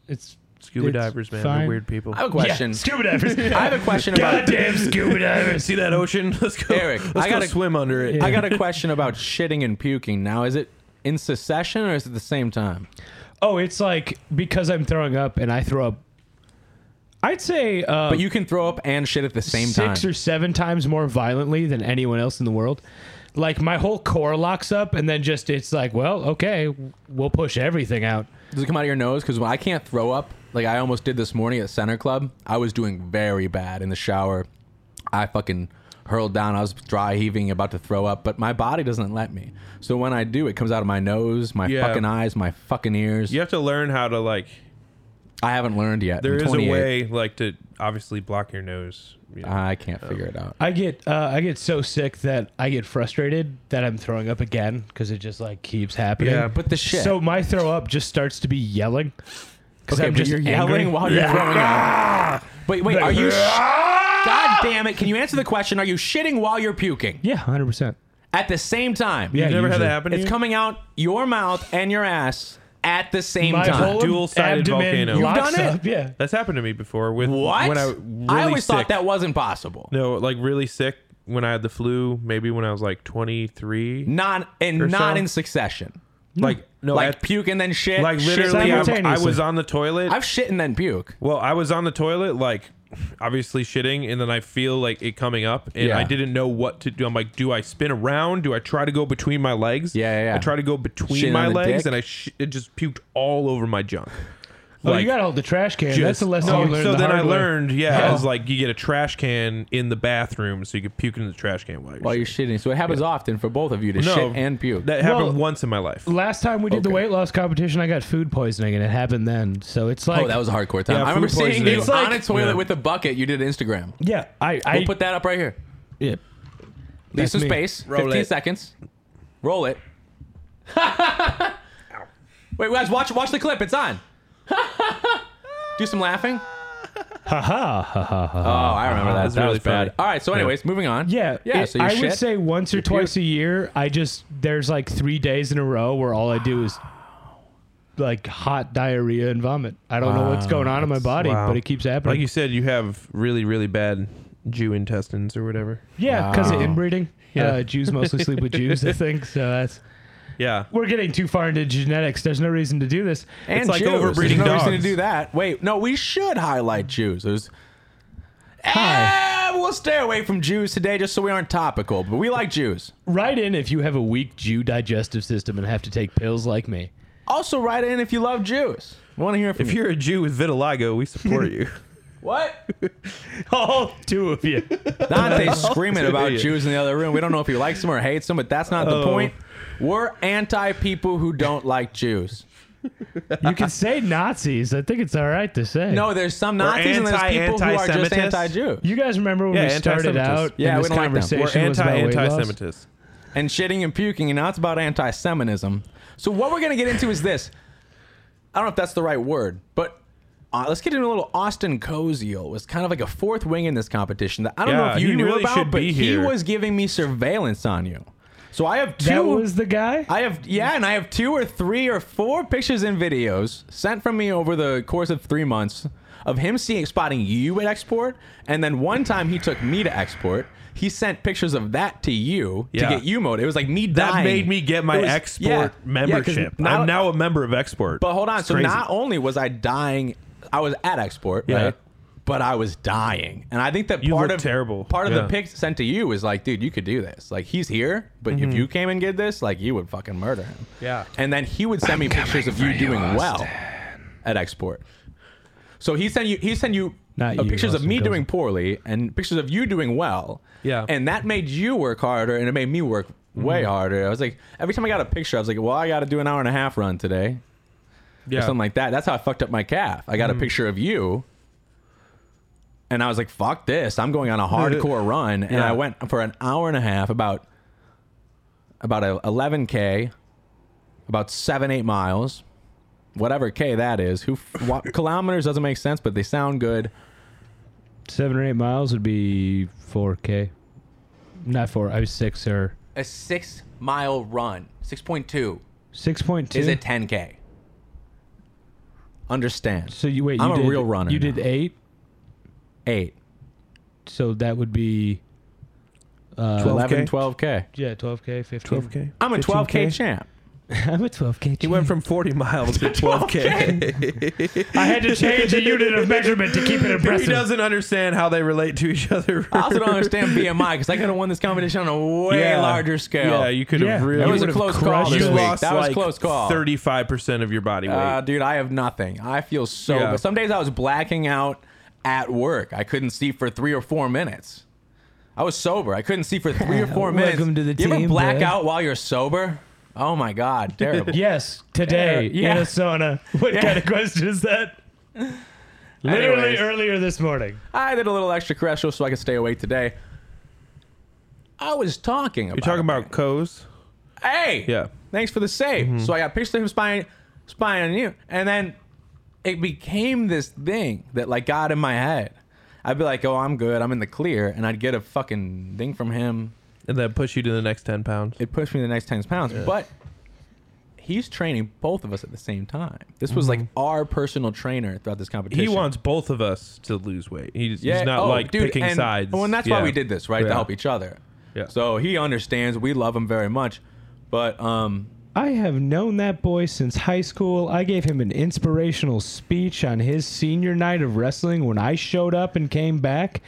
F: It's
D: Scuba
F: it's
D: divers, man.
F: fine.
D: They're weird people.
B: I have a
F: Yeah,
B: question.
F: scuba divers. [LAUGHS]
B: I
D: [LAUGHS]
B: have a question about
F: Goddamn [LAUGHS] scuba divers.
D: See [LAUGHS] that ocean? Let's go.
B: Eric,
D: let's
B: I
D: go
B: gotta-
D: swim under it.
B: I got a question about shitting and puking. Now, is it in succession or is it the same time?
F: Oh, it's like because I'm throwing up and I throw up. I'd say uh,
B: But you can throw up and shit at the same time.
F: six or seven times more violently than anyone else in the world. Like my whole core locks up, and then just it's like, well, okay, we'll push everything out.
B: Does it come out of your nose? Because when I can't throw up, like I almost did this morning at Center Club, I was doing very bad in the shower. I fucking hurled down. I was dry heaving, about to throw up, but my body doesn't let me. So when I do, it comes out of my nose, my
D: Yeah.
B: fucking eyes, my fucking ears.
D: you have to learn how to like.
B: I haven't learned yet.
D: There
B: I'm
D: is a
B: 28.
D: way like to obviously block your nose. you know.
B: I can't figure it out.
F: I get uh, I get so sick that I get frustrated that I'm throwing up again because it just like keeps happening.
D: Yeah,
B: But the shit.
F: So my throw up just starts to be yelling. Because
B: Okay,
F: I'm
B: but
F: just
B: you're yelling while you're throwing up.
D: [LAUGHS]
B: Wait, wait, are you? Sh- God damn it! Can you answer the question? Are you shitting while you're puking
F: Yeah, hundred percent.
B: at the same time?
F: Yeah,
D: you never had
F: usually.
D: that happen. to
B: it's
D: you?
B: coming out your mouth and your ass at the same
F: My
B: time.
F: whole
D: Dual-sided
F: abdomen
D: volcano. You've
F: locks
B: done it?
F: up, Yeah.
D: That's happened to me before. With
B: what?
D: When I, really
B: always
D: sick.
B: thought that wasn't possible.
D: No, like really sick when I had the flu. Maybe when I was like 23.
B: Not and
D: Or
B: not
D: so?
B: in succession.
D: Like no,
B: like
D: at-
B: puke and then shit.
D: like
B: shit
D: literally,
B: and
D: I,
B: puke.
D: I was on the toilet.
B: I've shit and then puke.
D: Well, I was on the toilet, like obviously shitting, and then I feel like it coming up, and
B: Yeah.
D: I didn't know what to do. I'm like, do I spin around? Do I try to go between my legs?
B: Yeah, yeah, yeah.
D: I try to go between
B: Shitting
D: my
B: on the
D: legs,
B: dick?
D: and I sh- it just puked all over my junk.
F: Oh,
D: Like,
F: you gotta hold the trash can. That's
D: just-
F: the lesson
B: Oh,
D: No,
F: you learned.
D: So
F: the
D: then
F: hard
D: I
F: way.
D: learned, yeah, it's like you get a trash can in the bathroom, so you can puke into the trash can while you're,
B: While you're shitting, so it happens often for both of you to
D: No,
B: shit and puke.
D: That happened
F: Well,
D: once in my life.
F: Last time we did the
B: Okay.
F: weight loss competition, I got food poisoning, and it happened then. So it's like,
B: oh, that was a hardcore time.
D: Yeah,
B: I remember
D: food
B: seeing
D: poisoning.
B: you
D: It's
B: on
D: like-
B: a toilet
D: Yeah.
B: with a bucket. You did Instagram.
F: yeah, I, I
B: We'll put that up right here.
F: yeah.
B: Leave
F: That's
B: some
F: me.
B: space.
D: Roll
B: 15
D: it.
B: seconds. Roll
D: [LAUGHS]
B: it. Wait, guys, watch watch the clip. It's on. [LAUGHS] Do some laughing.
F: Ha ha ha ha
B: Oh,
F: ha.
B: I remember that.
D: That's
B: that
D: really
B: was bad.
D: funny.
B: All right, so anyways, moving on.
F: Yeah,
B: yeah.
F: it-
B: so you
F: I
B: shit.
F: would say once or
B: Your
F: twice a year. I just there's like three days in a row where all I do is like hot diarrhea and vomit. I don't know what's
B: Wow,
F: going on in my body,
D: wow.
F: but it keeps happening.
D: like you said, you have really, really bad Jew intestines or whatever.
F: yeah, because of
B: Wow.
F: inbreeding.
D: Yeah.
F: Uh, Jews mostly sleep with Jews, I think. So that's
D: Yeah.
F: we're getting too far into genetics. There's no reason to do this.
B: and
D: it's like
B: Jews.
D: overbreeding
B: There's no reason to
D: dogs.
B: do that. Wait, no, we should highlight Jews. There's. Eh, we'll stay away from Jews today, just so we aren't topical. But we like Jews.
F: Write in if you have a weak Jew digestive system and have to take pills like me.
B: Also, write in if you love Jews. We want to hear from
D: If
B: you.
D: you're a Jew with vitiligo, we support you.
B: What?
F: All two of you.
B: Dante's screaming about
D: idiot.
B: Jews in the other room. We don't know if he likes them or hates them, but that's not the point. We're anti people who don't like Jews.
F: you can say Nazis. I think it's all right to say.
B: No, there's some Nazis and there's
D: anti-
B: people who are just
D: anti-Semitists?
B: anti-Jew.
F: You guys remember when
D: [LAUGHS] Yeah,
F: we started
D: anti-Semitism.
F: out?
B: Yeah,
F: and
B: we
F: this
B: don't like them.
F: conversation
D: We're
F: was about
D: anti
F: weight loss?
D: anti Semitists.
B: And shitting and puking, and now it's about anti-Semitism. So what we're gonna get into is this. I don't know if that's the right word, but uh, let's get into a little Austin Koziel was kind of like a fourth wing in this competition that I don't know
D: Yeah,
B: if you
D: he
B: knew
D: really
B: about,
D: should
B: but
D: be
B: he
D: here.
B: was giving me surveillance on you. So I have two.
F: That was the [LAUGHS] guy.
B: I have yeah, and I have two or three or four pictures and videos sent from me over the course of three months of him seeing spotting you at export, and then one time he took me to export. He sent pictures of that to you
D: Yeah.
B: to get you mode. It was like me
D: That
B: dying.
D: made me get my
B: It was-
D: export
B: yeah, yeah, 'cause
D: membership.
B: not-
D: I'm now a member of export.
B: But hold on,
D: It's
B: so
D: crazy.
B: not only was I dying, I was at export,
D: Yeah.
B: right? But I was dying, and I think that
D: You
B: part
D: look
B: of
D: terrible.
B: part of
D: Yeah.
B: the pics sent to you is like, dude, you could do this. Like he's here, but if you came and did this, like you would fucking murder him.
D: Mm-hmm. Yeah.
B: And then he would send me pictures of you doing well at export. So he sent you he sent you
F: Not
B: uh,
F: you,
B: pictures of
F: Austin
B: me
F: Cozen.
B: doing poorly and pictures of you doing well.
D: Yeah. Mm-hmm.
B: And that made you work harder and it made me work way harder. I was like, every time I got a picture, I was like, well, I got to do an hour and a half run today or
D: Yeah.
B: something like that. That's how I fucked up my calf. I got a picture of you. And I was like, fuck this. I'm going on a [LAUGHS] hardcore run. And
D: Yeah.
B: I went for an hour and a half, about about a 11K, about seven, eight miles, whatever K that is. Who f- wa- [LAUGHS] Kilometers doesn't make sense, but they sound good.
F: seven or eight miles would be four k. Not four. I was six or
B: A six mile run, 6.2,
F: six point two.
B: is a 10K. Understand.
F: So you wait.
B: I'm
F: you
B: a
F: did,
B: real runner
F: You did
B: now.
F: eight,
B: Eight.
F: so that would be uh,
B: 11, 12K.
F: Yeah, twelve k, [LAUGHS] fifteen.
D: Twelve k.
B: I'm a 12K champ.
F: I'm a twelve k.
D: He went from 40 miles
B: [LAUGHS]
D: to 12K.
C: I had to change a unit of measurement to keep it
D: he
C: impressive.
D: doesn't understand how they relate to each other.
B: I also don't
D: [LAUGHS]
B: understand BMI because I could have won this competition on a way larger scale.
D: Yeah, you could have
F: Yeah.
D: really.
B: that was a
F: would've
B: close call.
F: crushed
B: This
D: you
F: it.
B: week.
D: lost
B: that was
D: like
B: close call.
D: 35% of your body weight.
B: Uh, dude, I have nothing. I feel so.
D: Yeah.
B: But some days I was blacking out at work. I couldn't see for three or four minutes. I was sober. I couldn't see for three or four minutes.
F: Welcome to the
B: you ever
F: team,
B: black
F: bud.
B: out while you're sober? Oh my god, terrible.
C: Yes,
F: Uh,
C: today
B: Yeah.
C: in a
F: [LAUGHS]
C: sauna. What kind of question is that? Literally
F: er-
B: Anyways.
C: earlier this morning.
B: I did a little extracurricular so I could stay awake today. I was talking about.
D: You're talking about Co's?
B: hey,
D: Yeah. Mm-hmm.
B: thanks for the save. So I got pictures of him spying, spying on you, and then it became this thing that like got in my head. I'd be like, oh, I'm good, I'm in the clear, and I'd get a fucking thing from him.
D: And then push you to the next 10 pounds.
B: It pushed me the next ten pounds, but he's training both of us at the same time. This was like our personal trainer throughout this competition.
D: Mm-hmm. He wants both of us to lose weight. He's, he's not
B: oh,
D: like
B: dude,
D: picking
B: and,
D: sides.
B: Well, and that's
D: Yeah.
B: why we did this, right? To
D: Yeah.
B: help each other.
D: Yeah.
B: So he understands. We love him very much, but um,
F: I have known that boy since high school. I gave him an inspirational speech on his senior night of wrestling when I showed up and came back,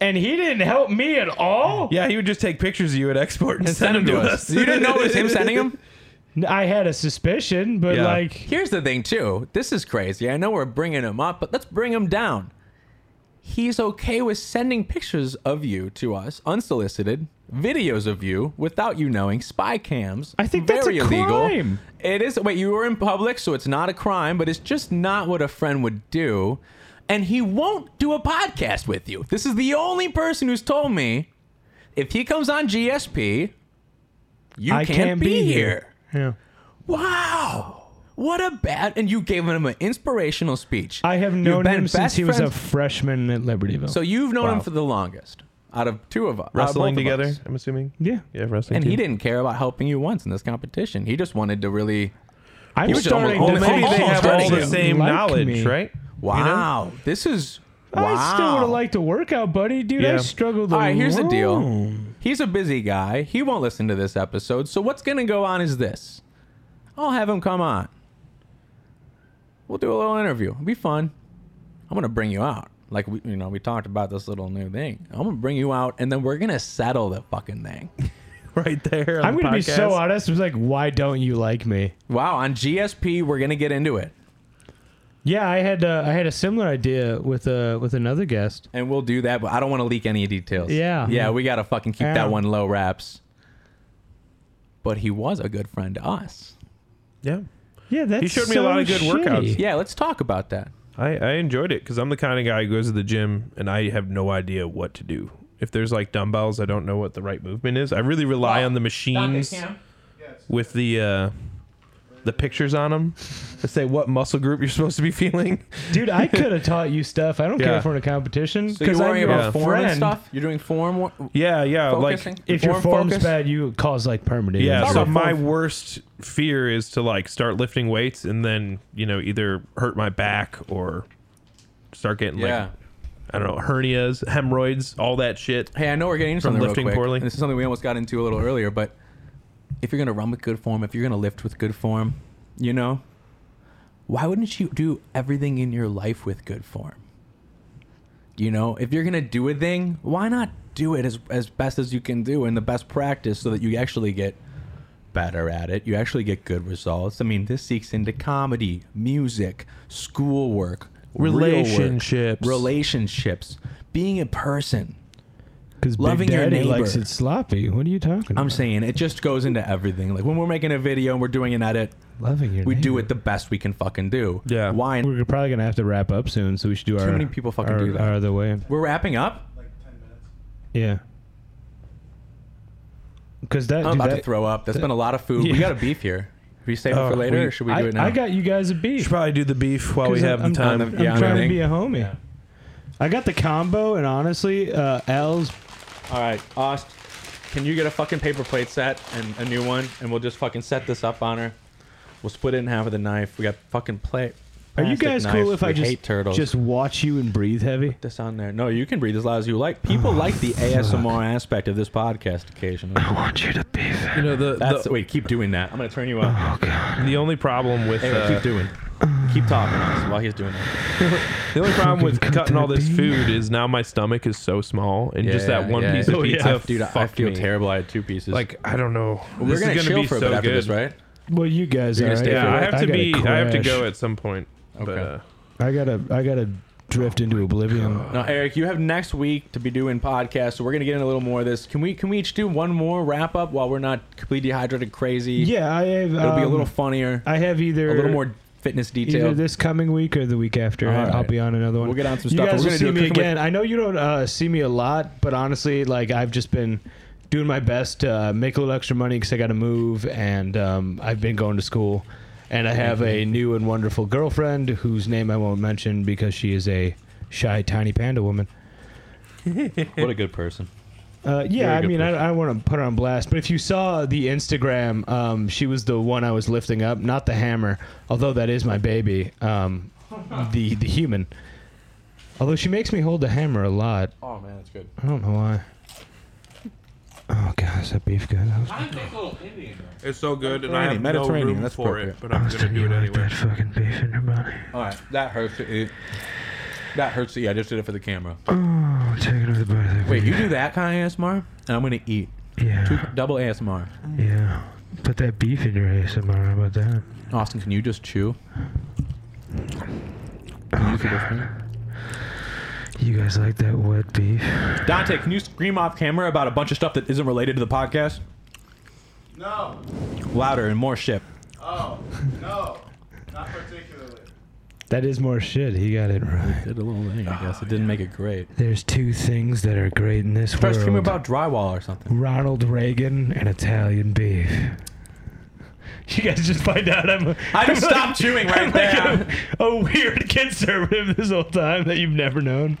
F: and he didn't help me at all.
D: Yeah, he would just take pictures of you at export and, send them to us.
B: you didn't know it was
D: [LAUGHS]
B: him sending him.
F: I had a suspicion, but
D: Yeah.
F: like,
B: Here's the thing, too. This is crazy. I know we're bringing him up, but let's bring him down. He's okay with sending pictures of you to us, unsolicited, videos of you without you knowing, spy cams.
F: I think that's a
B: illegal.
F: crime.
B: It is. Wait, you were in public, so it's not a crime, but it's just not what a friend would do. And he won't do a podcast with you. This is the only person who's told me if he comes on GSP, you
F: I
B: can't, be, here.
F: yeah.
B: Wow. What a bad. And you gave him an inspirational speech.
F: I have
B: You've
F: known
B: been
F: him since
B: best
F: he was a
B: friends-
F: freshman at Libertyville.
B: so you've known him
D: Wow.
B: for the longest out of two of us.
D: Wrestling together,
B: Us.
D: I'm assuming.
F: yeah,
D: Yeah, wrestling.
B: And he
D: too.
B: didn't care about helping you once in this competition. He just wanted to really.
F: I'm
B: You were just
F: starting
B: almost- almost-
F: to
D: Maybe
F: think
D: they
B: almost
D: have
F: that
D: all
B: hurting
D: the
B: you.
F: he
D: same
F: liked
D: knowledge,
F: me.
D: right? [LAUGHS]
B: Wow. This is. Wow.
F: I still would have liked to work out, buddy. Dude, I
D: Yeah.
F: struggled.
B: All right, here's the deal.
F: alone.
B: He's a busy guy. He won't listen to this episode. So what's going to go on is this. I'll have him come on. We'll do a little interview. It'll be fun. I'm going to bring you out. Like we, you know, we talked about this little new thing. I'm going to bring you out and then we're going to settle the fucking
F: [LAUGHS]
B: thing.
D: Right there.
F: I'm
D: going
F: gonna
D: to
F: be so honest. I was like, why don't you like me?
B: Wow, on GSP we're going to get into it.
F: Yeah, I had uh, I had a similar idea with uh, with another guest.
B: And we'll do that, but I don't want to leak any details.
F: Yeah.
B: Yeah, we got to fucking keep
F: Yeah.
B: that one low wraps. But he was a good friend to us.
D: Yeah.
F: Yeah, that's
D: showed me a
F: so
D: lot of good
F: shitty.
D: workouts.
B: Yeah, let's talk about that.
D: I, I enjoyed it because I'm the kind of guy who goes to the gym and I have no idea what to do. If there's like dumbbells, I don't know what the right movement is. I really rely on the machines with the uh, the pictures on them to say what muscle group you're supposed to be feeling. [LAUGHS]
F: dude. I could [LAUGHS] have taught you stuff. I don't care
D: Yeah.
F: if we're in a competition
B: So you're
F: because I'm
B: worrying
F: your
B: about form
F: friend.
B: and stuff? You're doing form wo-
D: Yeah, yeah,
B: focusing?
D: like
F: If your form's
B: focus?
F: bad, you cause like permanent.
D: yeah.
F: injury.
D: So
B: Form.
D: my worst fear is to like start lifting weights and then you know either hurt my back or start getting
B: Yeah.
D: like I don't know hernias, hemorrhoids, all that shit.
B: Hey, I know we're getting into
D: From
B: something
D: lifting
B: real quick.
D: poorly.
B: and This is something we almost got into a little earlier, but if you're gonna run with good form, if you're gonna lift with good form, you know, why wouldn't you do everything in your life with good form? You know, if you're gonna do a thing, why not do it as as best as you can do and the best practice so that you actually get better at it. You actually get good results. I mean, this seeks into comedy, music, schoolwork, real work,
D: Relationships.
B: relationships, being a person.
F: Because
B: Loving
F: Big
B: your
F: Daddy
B: neighbor.
F: likes it sloppy. What are you talking
B: I'm
F: about?
B: saying it just goes into everything. Like when we're making a video and we're doing an edit,
F: loving your.
B: we do
F: neighbor.
B: it the best we can fucking do.
D: Yeah.
B: Why?
F: We're probably gonna have to wrap up soon, so we should do our.
B: many people fucking
F: our-
B: do that.
F: Our other way.
B: We're wrapping up.
F: Yeah. Because that.
B: I'm
F: dude,
B: about to
F: that-
B: throw up. That's been a lot of food. We
F: Yeah. Uh,
B: got a beef here. Are you saving
D: Oh,
B: it for later,
D: we-
B: or should we do
F: I,
B: it now?
F: I got you guys a beef.
D: Should probably do the beef while we
F: 'Cause
D: have
F: I'm,
D: the time.
F: I'm,
B: Yeah,
F: I'm trying
B: I
F: to
B: think.
F: be a homie. I got the combo, and honestly, uh, L's.
B: All right, Ost, can you get a fucking paper plate set and a new one, and we'll just fucking set this up on her. We'll split it in half with a knife. We got fucking plate.
F: Are you
B: plastic
F: guys
B: knives.
F: cool if I
B: We
F: just
B: hate turtles?
F: just watch you and breathe heavy?
B: this on there. No, you can breathe as loud as you like.
F: Oh,
B: People like the ASMR aspect of this podcast occasionally.
F: want you to be.
D: You know the
B: That's
D: the,
B: wait. Keep doing that. I'm gonna turn you up.
D: the only problem with
B: Anyway,
D: uh,
B: keep doing. Keep talking Oz, while he's doing that.
D: the only problem
F: [LAUGHS]
D: with
F: Fucking
D: cutting all this
F: contact
D: food is now my stomach is so small and just that
B: Yeah,
D: one
B: yeah.
D: piece of
B: [LAUGHS] Oh, yeah.
D: pizza.
B: dude. I- I
D: fucked
B: feel
D: me.
B: terrible. I had two pieces.
D: Like I don't know.
B: we're
D: This is
B: gonna,
D: gonna
B: chill
D: be
B: for a
D: so
B: bit after
D: good.
B: this, right?
F: Well, you guys
B: You're
F: are.
B: gonna stay
D: Yeah,
B: for
D: I have to
F: gotta
D: be. I have to
F: crash.
D: go at some point. But,
B: Okay.
D: uh,
F: I gotta. I gotta drift into oblivion.
B: Now, Eric, you have next week to be doing podcasts, so we're gonna get in a little more of this. Can we can we each do one more wrap up while we're not completely dehydrated crazy?
F: Yeah, I have.
B: it'll be a
F: um,
B: little funnier,
F: I have either
B: a little more fitness
F: either
B: detailed.
F: this coming week or the week after.
B: All
F: I- I'll
B: right.
F: be on another one.
B: We'll get on some
F: You
B: stuff.
F: guys
B: We're
F: will
B: gonna
F: see
B: do a
F: me
B: cooking with-
F: again. I know you don't uh, see me a lot, but honestly, like I've just been doing my best to uh, make a little extra money because I got to move, and um, I've been going to school, and I have a new and wonderful girlfriend whose name I won't mention because she is a shy, tiny panda woman.
B: What a good person.
F: Uh, yeah,
B: Very
F: I
B: good
F: mean, I, I want to put her on blast, but if you saw the Instagram, um, she was the one I was lifting up, not the hammer, although that is my baby, um, the the human. Although she makes me hold the hammer a lot.
B: Oh man, that's good.
F: I don't know why. Oh gosh, that beef good. That was-
D: it's so good, and
B: Mediterranean,
D: I have no
B: Mediterranean,
D: room
B: that's
D: for it.
B: appropriate.
D: But I'm gonna do it anyway.
F: fucking beef in your body.
B: All right, that hurts to eat. That hurts to eat. I just did it for the camera.
F: Oh, take it over the body.
B: Wait, you do that kind of ASMR, and I'm gonna eat. Two, double ASMR.
F: yeah. Put that beef in your ASMR. How about that?
B: Austin, can you just chew? Can you do this thing?
F: You guys like that wet beef?
B: Dante, can you scream off camera about a bunch of stuff that isn't related to the podcast?
H: No.
B: Louder and more ship.
H: Oh, no. Not particularly.
F: That is more shit. He got it right.
B: Did a little thing, I guess. It didn't make it great.
F: There's two things that are great in this
B: Start
F: world:
B: screaming about drywall or something.
F: Ronald Reagan and Italian beef. [LAUGHS] You guys just find out I'm. A,
B: I just
F: [LAUGHS] I'm like-
B: stopped chewing right [LAUGHS]
F: I'm like
B: there.
F: a, [LAUGHS] a weird [LAUGHS] conservative this whole time that you've never known.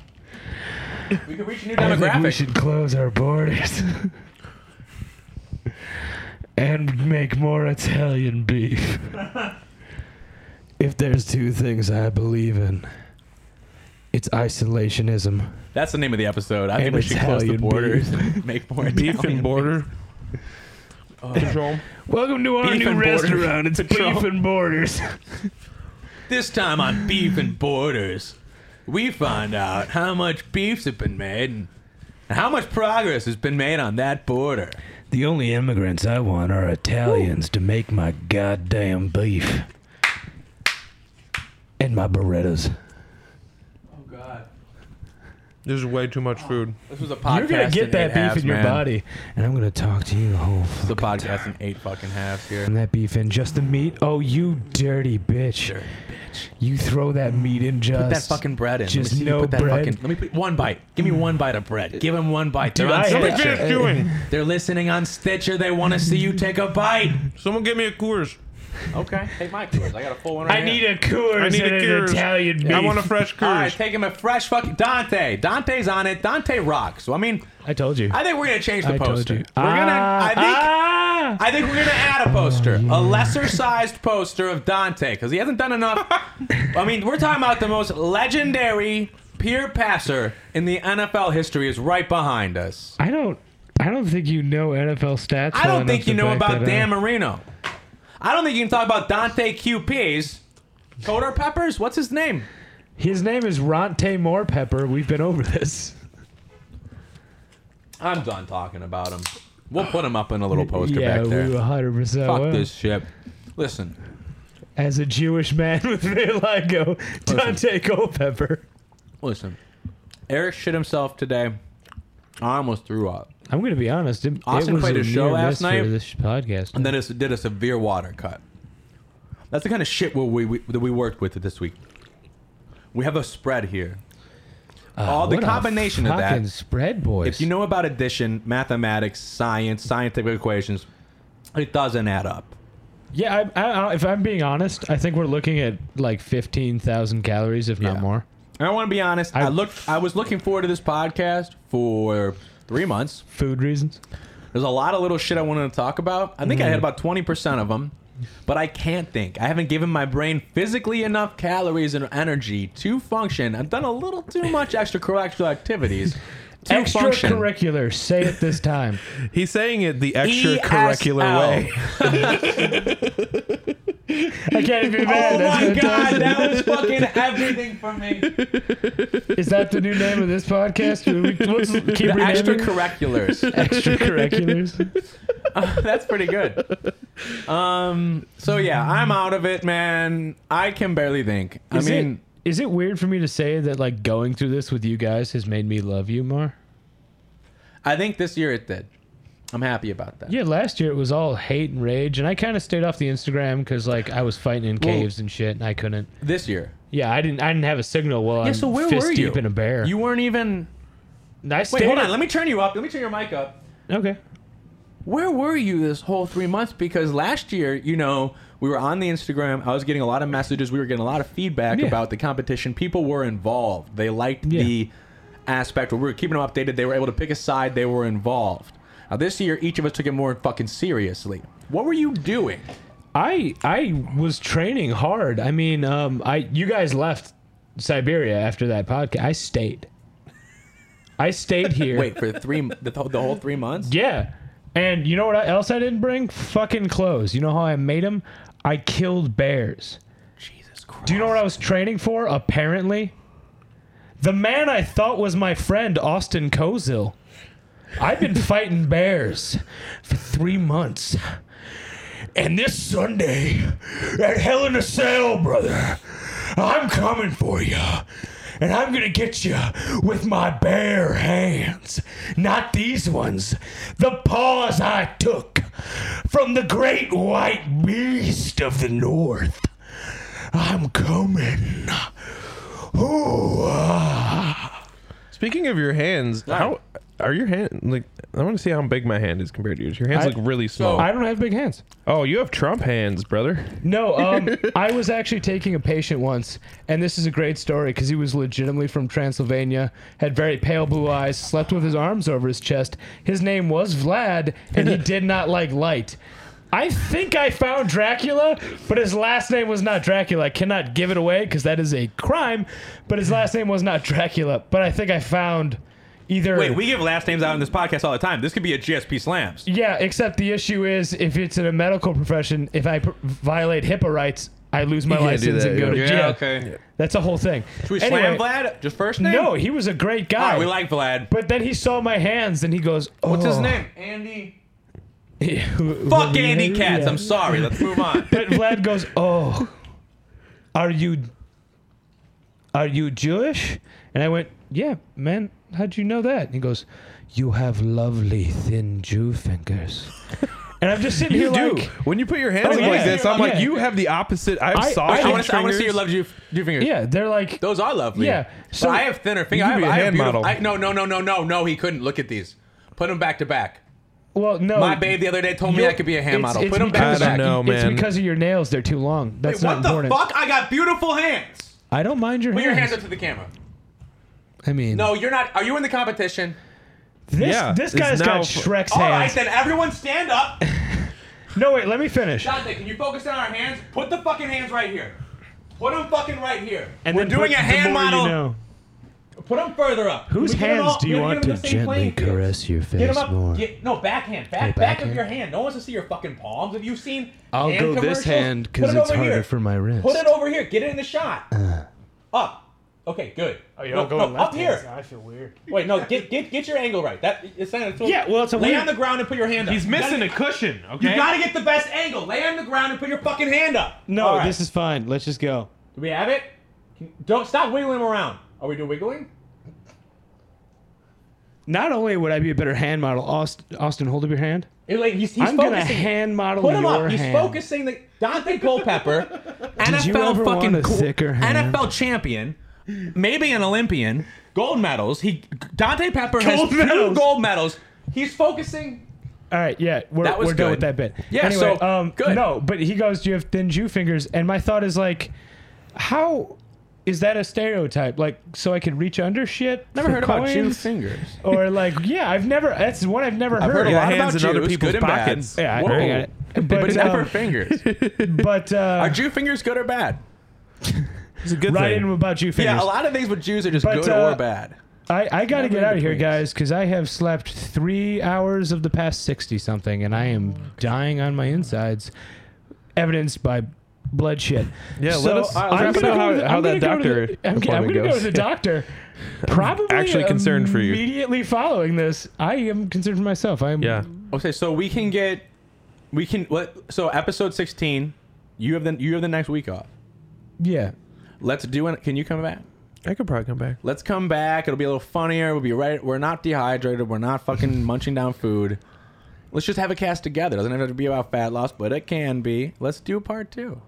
B: We could reach a new
F: I think we
B: demographic.
F: should close our borders [LAUGHS] and make more Italian beef. if there's two things I believe in, it's isolationism.
B: That's the name of the episode. I think
F: And
B: we should close the
F: Italian
B: borders. and Make more
D: Beef
B: Italian
D: and border Uh, control.
F: Welcome to our
B: Beef
F: new
B: and Borders
F: restaurant. It's
B: Patrol.
F: Beef and Borders.
B: This time on Beef and Borders, we find out how much beefs have been made and how much progress has been made on that border.
F: [LAUGHS] The only immigrants I want are Italians to make my goddamn beef and my Berettas.
B: Oh God,
D: There's way too much food.
B: this was a podcast.
F: You're gonna get
B: in
F: that
B: eight
F: beef
B: halves,
F: in your
B: man.
F: body, and I'm gonna talk to you the whole
B: It's a
F: fucking
B: podcast
F: time.
B: in eight fucking halves here.
F: And that beef in just the meat. Oh, you dirty bitch!
B: Dirty bitch.
F: You throw that meat in just
B: Put that fucking bread in.
F: just
B: let me see you
F: no
B: put that
F: bread.
B: Fucking, let me put one bite. Give me one bite of bread. Give him one bite. They're on
F: I
B: Stitcher.
F: hate
D: What are you doing?
B: They're listening on Stitcher. They want to see you take a bite.
D: Someone get me a Coors.
B: Okay, take my Coors. I got a full one.
F: I need a Coors
D: I need
F: and
D: a
F: an
D: Coors.
F: Italian beef.
D: I want a fresh
B: All right,
D: Coors.
B: take him a fresh fucking Dante. Dante's on it. Dante rocks. So I mean,
F: I told you.
B: I think we're gonna change the
F: I told
B: poster.
F: you.
B: We're gonna. I think.
F: Ah,
B: I think we're gonna add a poster, a lesser-sized poster of Dante, because he hasn't done
F: [LAUGHS]
B: enough. I mean, we're talking about the most legendary pure passer in the NFL history is right behind us.
F: I don't. I don't think you know NFL stats.
B: I
F: well
B: don't
F: enough
B: think you
F: to
B: know
F: back
B: about
F: that
B: Dan
F: up.
B: Marino. I don't think you can talk about Dante QP's. Coder Peppers, what's his name?
F: His name is Ronte Moore Pepper. We've been over this.
B: I'm done talking about him. We'll put him up in a little poster
F: yeah,
B: back there.
F: we 100 percent.
B: Fuck this shit. Listen,
F: as a Jewish man [LAUGHS] with their Lego, Dante Culpepper.
B: Listen, Eric shit himself today. I almost threw up.
F: I'm gonna be honest. It,
B: Austin
F: it was
B: played a show
F: near
B: last
F: miss
B: night,
F: for this podcast.
B: And then it did a severe water cut. That's the kind of shit we, we, that we worked with this week. We have a spread here. All the
I: Uh, What a
B: combination of that.
I: fucking spread, boys.
B: If you know about addition, mathematics, science, scientific equations, it doesn't add up.
F: yeah, I, I, I, if I'm being honest, I think we're looking at like 15,000 calories, if
B: Yeah.
F: not more.
B: And I want to be honest. I,
F: I-
B: looked. I was looking forward to this podcast for three months.
F: Food reasons.
B: There's a lot of little shit I wanted to talk about. I think I
F: Mm-hmm.
B: had about 20% of them, but I can't think. I haven't given my brain physically enough calories and energy to function. I've done a little too much extracurricular activities
F: [LAUGHS]
B: to function.
F: Extracurricular. Say it this
B: [LAUGHS]
F: time.
D: He's saying it the
B: E
D: extracurricular
B: ESL.
D: way.
F: I can't even
B: Oh
F: mad. That's
B: my god,
F: fantastic.
B: that was fucking everything for
F: [LAUGHS]
B: me. The
F: Is that the new name of this podcast? Should we- Let's keep renaming it?
B: extracurriculars. [LAUGHS]
F: extracurriculars.
B: That's pretty good. Um. So yeah, I'm out of it, man. I can barely think. I
F: Is
B: mean,
F: it, is it weird for me to say that like going through this with you guys has made me love you more?
B: I think this year it did. I'm happy about that.
F: Yeah, last year it was all hate and rage, and I kind of stayed off the Instagram because like I was fighting in
B: Well-
F: caves and shit, and I couldn't.
B: This year.
F: Yeah, I didn't. I didn't have a signal. Well, I'm fist deep in a bear.
B: You weren't even.
F: I
B: Wait,
F: stayed
B: hold on. Let me turn you up. Let me turn your mic up.
F: okay.
B: Where were you this whole three months? Because last year, you know, we were on the Instagram. I was getting a lot of messages. We were getting a lot of feedback
F: Yeah.
B: about the competition. People were involved. They liked
F: Yeah.
B: the aspect where we were keeping them updated. They were able to pick a side. They were involved. Now this year, each of us took it more fucking seriously. What were you doing?
F: I I was training hard. I mean, um, I you guys left Siberia after that podcast. I stayed. I stayed here.
B: Wait for three [LAUGHS] the, th- the whole three months.
F: Yeah. And you know what else I didn't bring? Fucking clothes. You know how I made them? I killed bears.
B: Jesus Christ.
F: Do you know what I was training for? Apparently, the man I thought was my friend, Austin Kozil. I've been fighting bears for three months. And this Sunday at Hell in a Cell, brother, I'm coming for you. And I'm going to get you with my bare hands. Not these ones. The paws I took from the great white beast of the north. I'm coming. Ooh, ah.
D: Speaking of your hands, how are your hand like? I want to see how big my hand is compared to yours. Your hands
F: I-
D: look really small.
F: I don't have big hands.
D: oh, you have Trump hands, brother.
F: No, um, [LAUGHS] I was actually taking a patient once, and this is a great story because he was legitimately from Transylvania, had very pale blue eyes, slept with his arms over his chest. His name was Vlad,
B: [LAUGHS]
F: and he did not like light. I think I found Dracula, but his last name was not Dracula. I cannot give it away because that is a crime, but his last name was not Dracula. But I think I found either.
B: Wait, we give last names out on this podcast all the time. This could be a GSP slams.
F: Yeah, except the issue is if it's in a medical profession, if I pr- violate HIPAA rights, I lose my
D: You can't do
F: license
D: that,
F: and go to
D: yeah.
F: jail.
B: okay.
F: That's a whole thing.
B: Should we
F: Anyway,
B: slam Vlad? Just first name?
F: No, he was a great
B: All
F: guy.
B: right, we like Vlad.
F: but then he saw my hands and he goes, oh.
B: What's his
F: [LAUGHS]
B: name? Andy.
F: Who-
B: Fuck
F: who-
B: Andy
F: yeah.
B: Katz. I'm sorry. Let's move
F: [LAUGHS]
B: on.
F: But
B: [LAUGHS]
F: Vlad goes, "Oh, are you are you Jewish?" And I went, "Yeah, man. How'd you know that?" And he goes, "You have lovely thin
B: [LAUGHS]
F: Jew fingers." And I'm just sitting
D: You
F: here
D: do.
F: like,
D: when you put your hands
F: Oh,
D: up like
F: yeah.
D: this, I'm like,
F: Yeah.
D: you have the opposite. I have
F: I-
D: soft.
B: I
F: I
B: want
D: fingers.
B: to. I want to see your love Jew, Jew fingers.
F: yeah, they're like,
B: Those are lovely.
F: Yeah, so-
B: So I have thinner fingers.
D: You
B: I have,
D: could be a
B: I have
D: hand
B: beautiful.
D: model.
B: I, no, no, no, no, no, no. He couldn't. Look at these. Put them back to back.
F: well, no.
B: My babe the other day told me
F: you're-
B: I could be a hand
F: Oh, it's-
B: model.
F: it's
B: Put them back
F: because-
B: to back.
D: I don't know,
F: It's
D: man.
F: because of your nails; they're too long. That's
B: Wait, what
F: not
B: the
F: important.
B: fuck? I got beautiful hands.
F: I don't mind your
B: Put your hands
F: hands.
B: up to the camera.
I: I mean,
B: No, you're not. Are you in the competition?
F: This,
D: Yeah,
F: this
D: it's
F: guy's
D: now-
F: got Shrek's
B: All right,
F: hands.
B: then everyone stand up.
F: No, wait, let me finish.
B: Dante, can you focus on our hands? Put the fucking hands right here. Put them fucking right here.
F: And
B: We're
F: then
B: doing
F: put-
B: a hand
F: the more you
B: model.
F: know.
B: Put them further up.
F: Whose
B: We get 'em
F: hands
B: all-
F: do you
B: we get
F: want
B: 'em
F: to
B: the same playing field.
I: your
B: Get him up. Get, no, backhand. Back, back of your hand. No one wants to see your fucking palms. Have you seen?
I: I'll
B: hand
I: go this
B: commercials?
I: hand
B: Put
I: because
B: it
I: it's
B: over
I: harder
B: here.
I: for my wrist.
F: Uh.
B: Put it over here. Get it in the shot. up. Okay, good.
F: Oh, you're all going left
B: up here.
F: I feel weird.
B: Wait, no, get get get your angle right. That it's not. It's
F: Yeah, well, it's a
B: lay
F: weird-
B: on the ground and put your hand up.
D: He's
B: You gotta-
D: missing a cushion. Okay.
B: You gotta get the best angle. Lay on the ground and put your fucking hand up.
F: No,
B: All right.
F: this is fine. Let's just go.
B: Do we have it? Can, don't stop wiggling him around. Are we doing wiggling?
F: Not only would I be a better hand model, Austin, Austin hold up your hand.
B: It- like, he's, he's
F: I'm
B: focusing.
F: gonna hand model
B: put him
F: your
B: up. He's
F: hand.
B: focusing. The Dante Culpepper,
J: you
B: NFL
J: ever
B: fucking
J: want a
B: cool-
J: thicker hand?
B: NFL champion, maybe an Olympian, gold medals. He Dante Pepper
F: Gold
B: has two
F: medals.
B: gold medals. He's focusing.
F: All right, yeah, we're,
B: That was
F: we're done
B: good.
F: with that bit.
B: Yeah,
F: Anyway,
B: so,
F: um,
B: good.
F: No, but he goes, "Do you have thin Jew fingers?" And my thought is like, how is that a stereotype? Like, so I could reach under shit? for coins?
B: fingers.
F: Or like, yeah, I've never. That's one I've never heard.
B: heard a
D: Yeah,
B: lot
D: hands
B: about
D: in other
B: Jews,
D: people's
B: good and bad.
D: pockets.
F: Yeah, I-
B: Whoa.
F: I got it. But,
B: But never
F: um,
B: fingers.
F: but uh,
B: Are Jew fingers good or bad?
D: It's a good
F: right
D: thing.
F: in about Jew fingers.
B: Yeah, a lot of things with Jews are just
F: But,
B: good
F: uh,
B: or bad.
F: I, I got to
B: Never
F: get
B: in
F: out of here,
B: betweens.
F: guys, because I have slept three hours of the past 60 something and I
D: Oh,
F: am dying on my insides, evidenced by bloodshed.
D: [LAUGHS] Yeah,
F: so
D: let us
F: I'm
D: wrap it
F: gonna
D: up
F: go
D: how-
F: to the-
D: how
F: I'm
D: that
F: gonna go to
D: doctor
F: the- I'm, g- I'm
D: appointment
F: going to go to
D: goes. [LAUGHS]
F: the doctor. Probably
D: actually concerned for you.
F: Immediately following this, I am concerned for myself. I'm
D: Yeah.
B: Okay, so we can get, we can what? So episode sixteen, you have the you have the next week off.
F: yeah.
B: Let's do it. Can you come back?
D: I could probably come back.
B: Let's come back. It'll be a little funnier. We'll be right. We're not dehydrated. We're not [LAUGHS] fucking munching down food. Let's just have a cast together. Doesn't have to be about fat loss, but it can be. Let's do part two.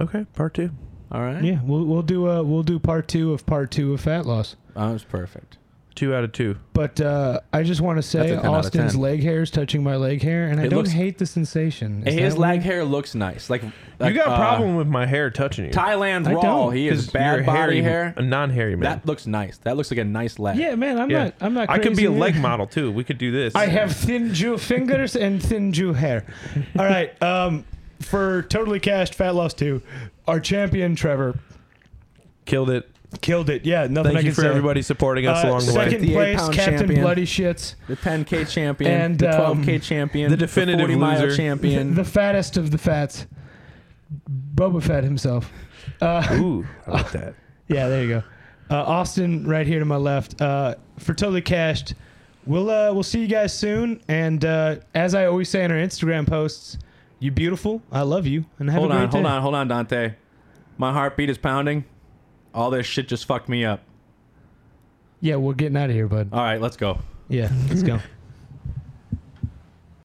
D: Okay, part two.
B: All right.
F: Yeah, we'll we'll do uh we'll do part 2 of part 2 of fat loss.
B: That was Oh, perfect.
D: Two out of two.
F: But uh, I just want to
B: That's
F: say
B: a 10 out of
F: Austin's
B: 10.
F: leg hair is touching my leg hair, and I
B: It
F: don't
B: looks-
F: hate the sensation.
B: His
F: Is that weird?
B: lag hair looks nice. Like, like,
D: you got a
B: uh,
D: problem with my hair touching you?
B: Thailand's
F: I
B: Raw.
F: don't,
B: He is
D: 'Cause
B: bad
D: you're
B: body
D: hairy,
B: hair.
D: A non-hairy man.
B: That looks nice. That looks like a nice leg.
F: Yeah, man, I'm not. I'm not.
D: I
F: Crazy
D: could be a
F: either.
D: leg model too. We could do this.
F: I have thin Jew fingers and thin Jew hair. All right. Um, for totally cashed fat loss two, our champion Trevor
D: killed it.
F: killed it. Yeah, nothing
D: Thank
F: I
D: you
F: can
D: for
F: say.
D: everybody supporting us
F: Uh,
D: along the way.
F: second
B: 58
F: place,
B: pound
F: Captain
B: champion.
F: Bloody Shits,
B: The 10K champion,
F: And,
B: the 12K
F: um,
B: champion,
D: the definitive
B: 40 mile
D: loser.
B: champion.
F: [LAUGHS] the fattest of the fats, Boba Fett himself. Uh,
D: Ooh, I like that.
F: Yeah, there you go. Uh, Austin, right here to my left. Uh, for totally cashed, we'll uh, we'll see you guys soon. And uh, as I always say in our Instagram posts, you beautiful. I love you, and have
B: hold
F: a great
B: on,
F: day.
B: hold on, hold on, Dante. My heartbeat is pounding. All this shit just fucked me up.
F: Yeah, we're getting out of here, bud.
B: All right, let's go. [LAUGHS]
F: Yeah, let's go.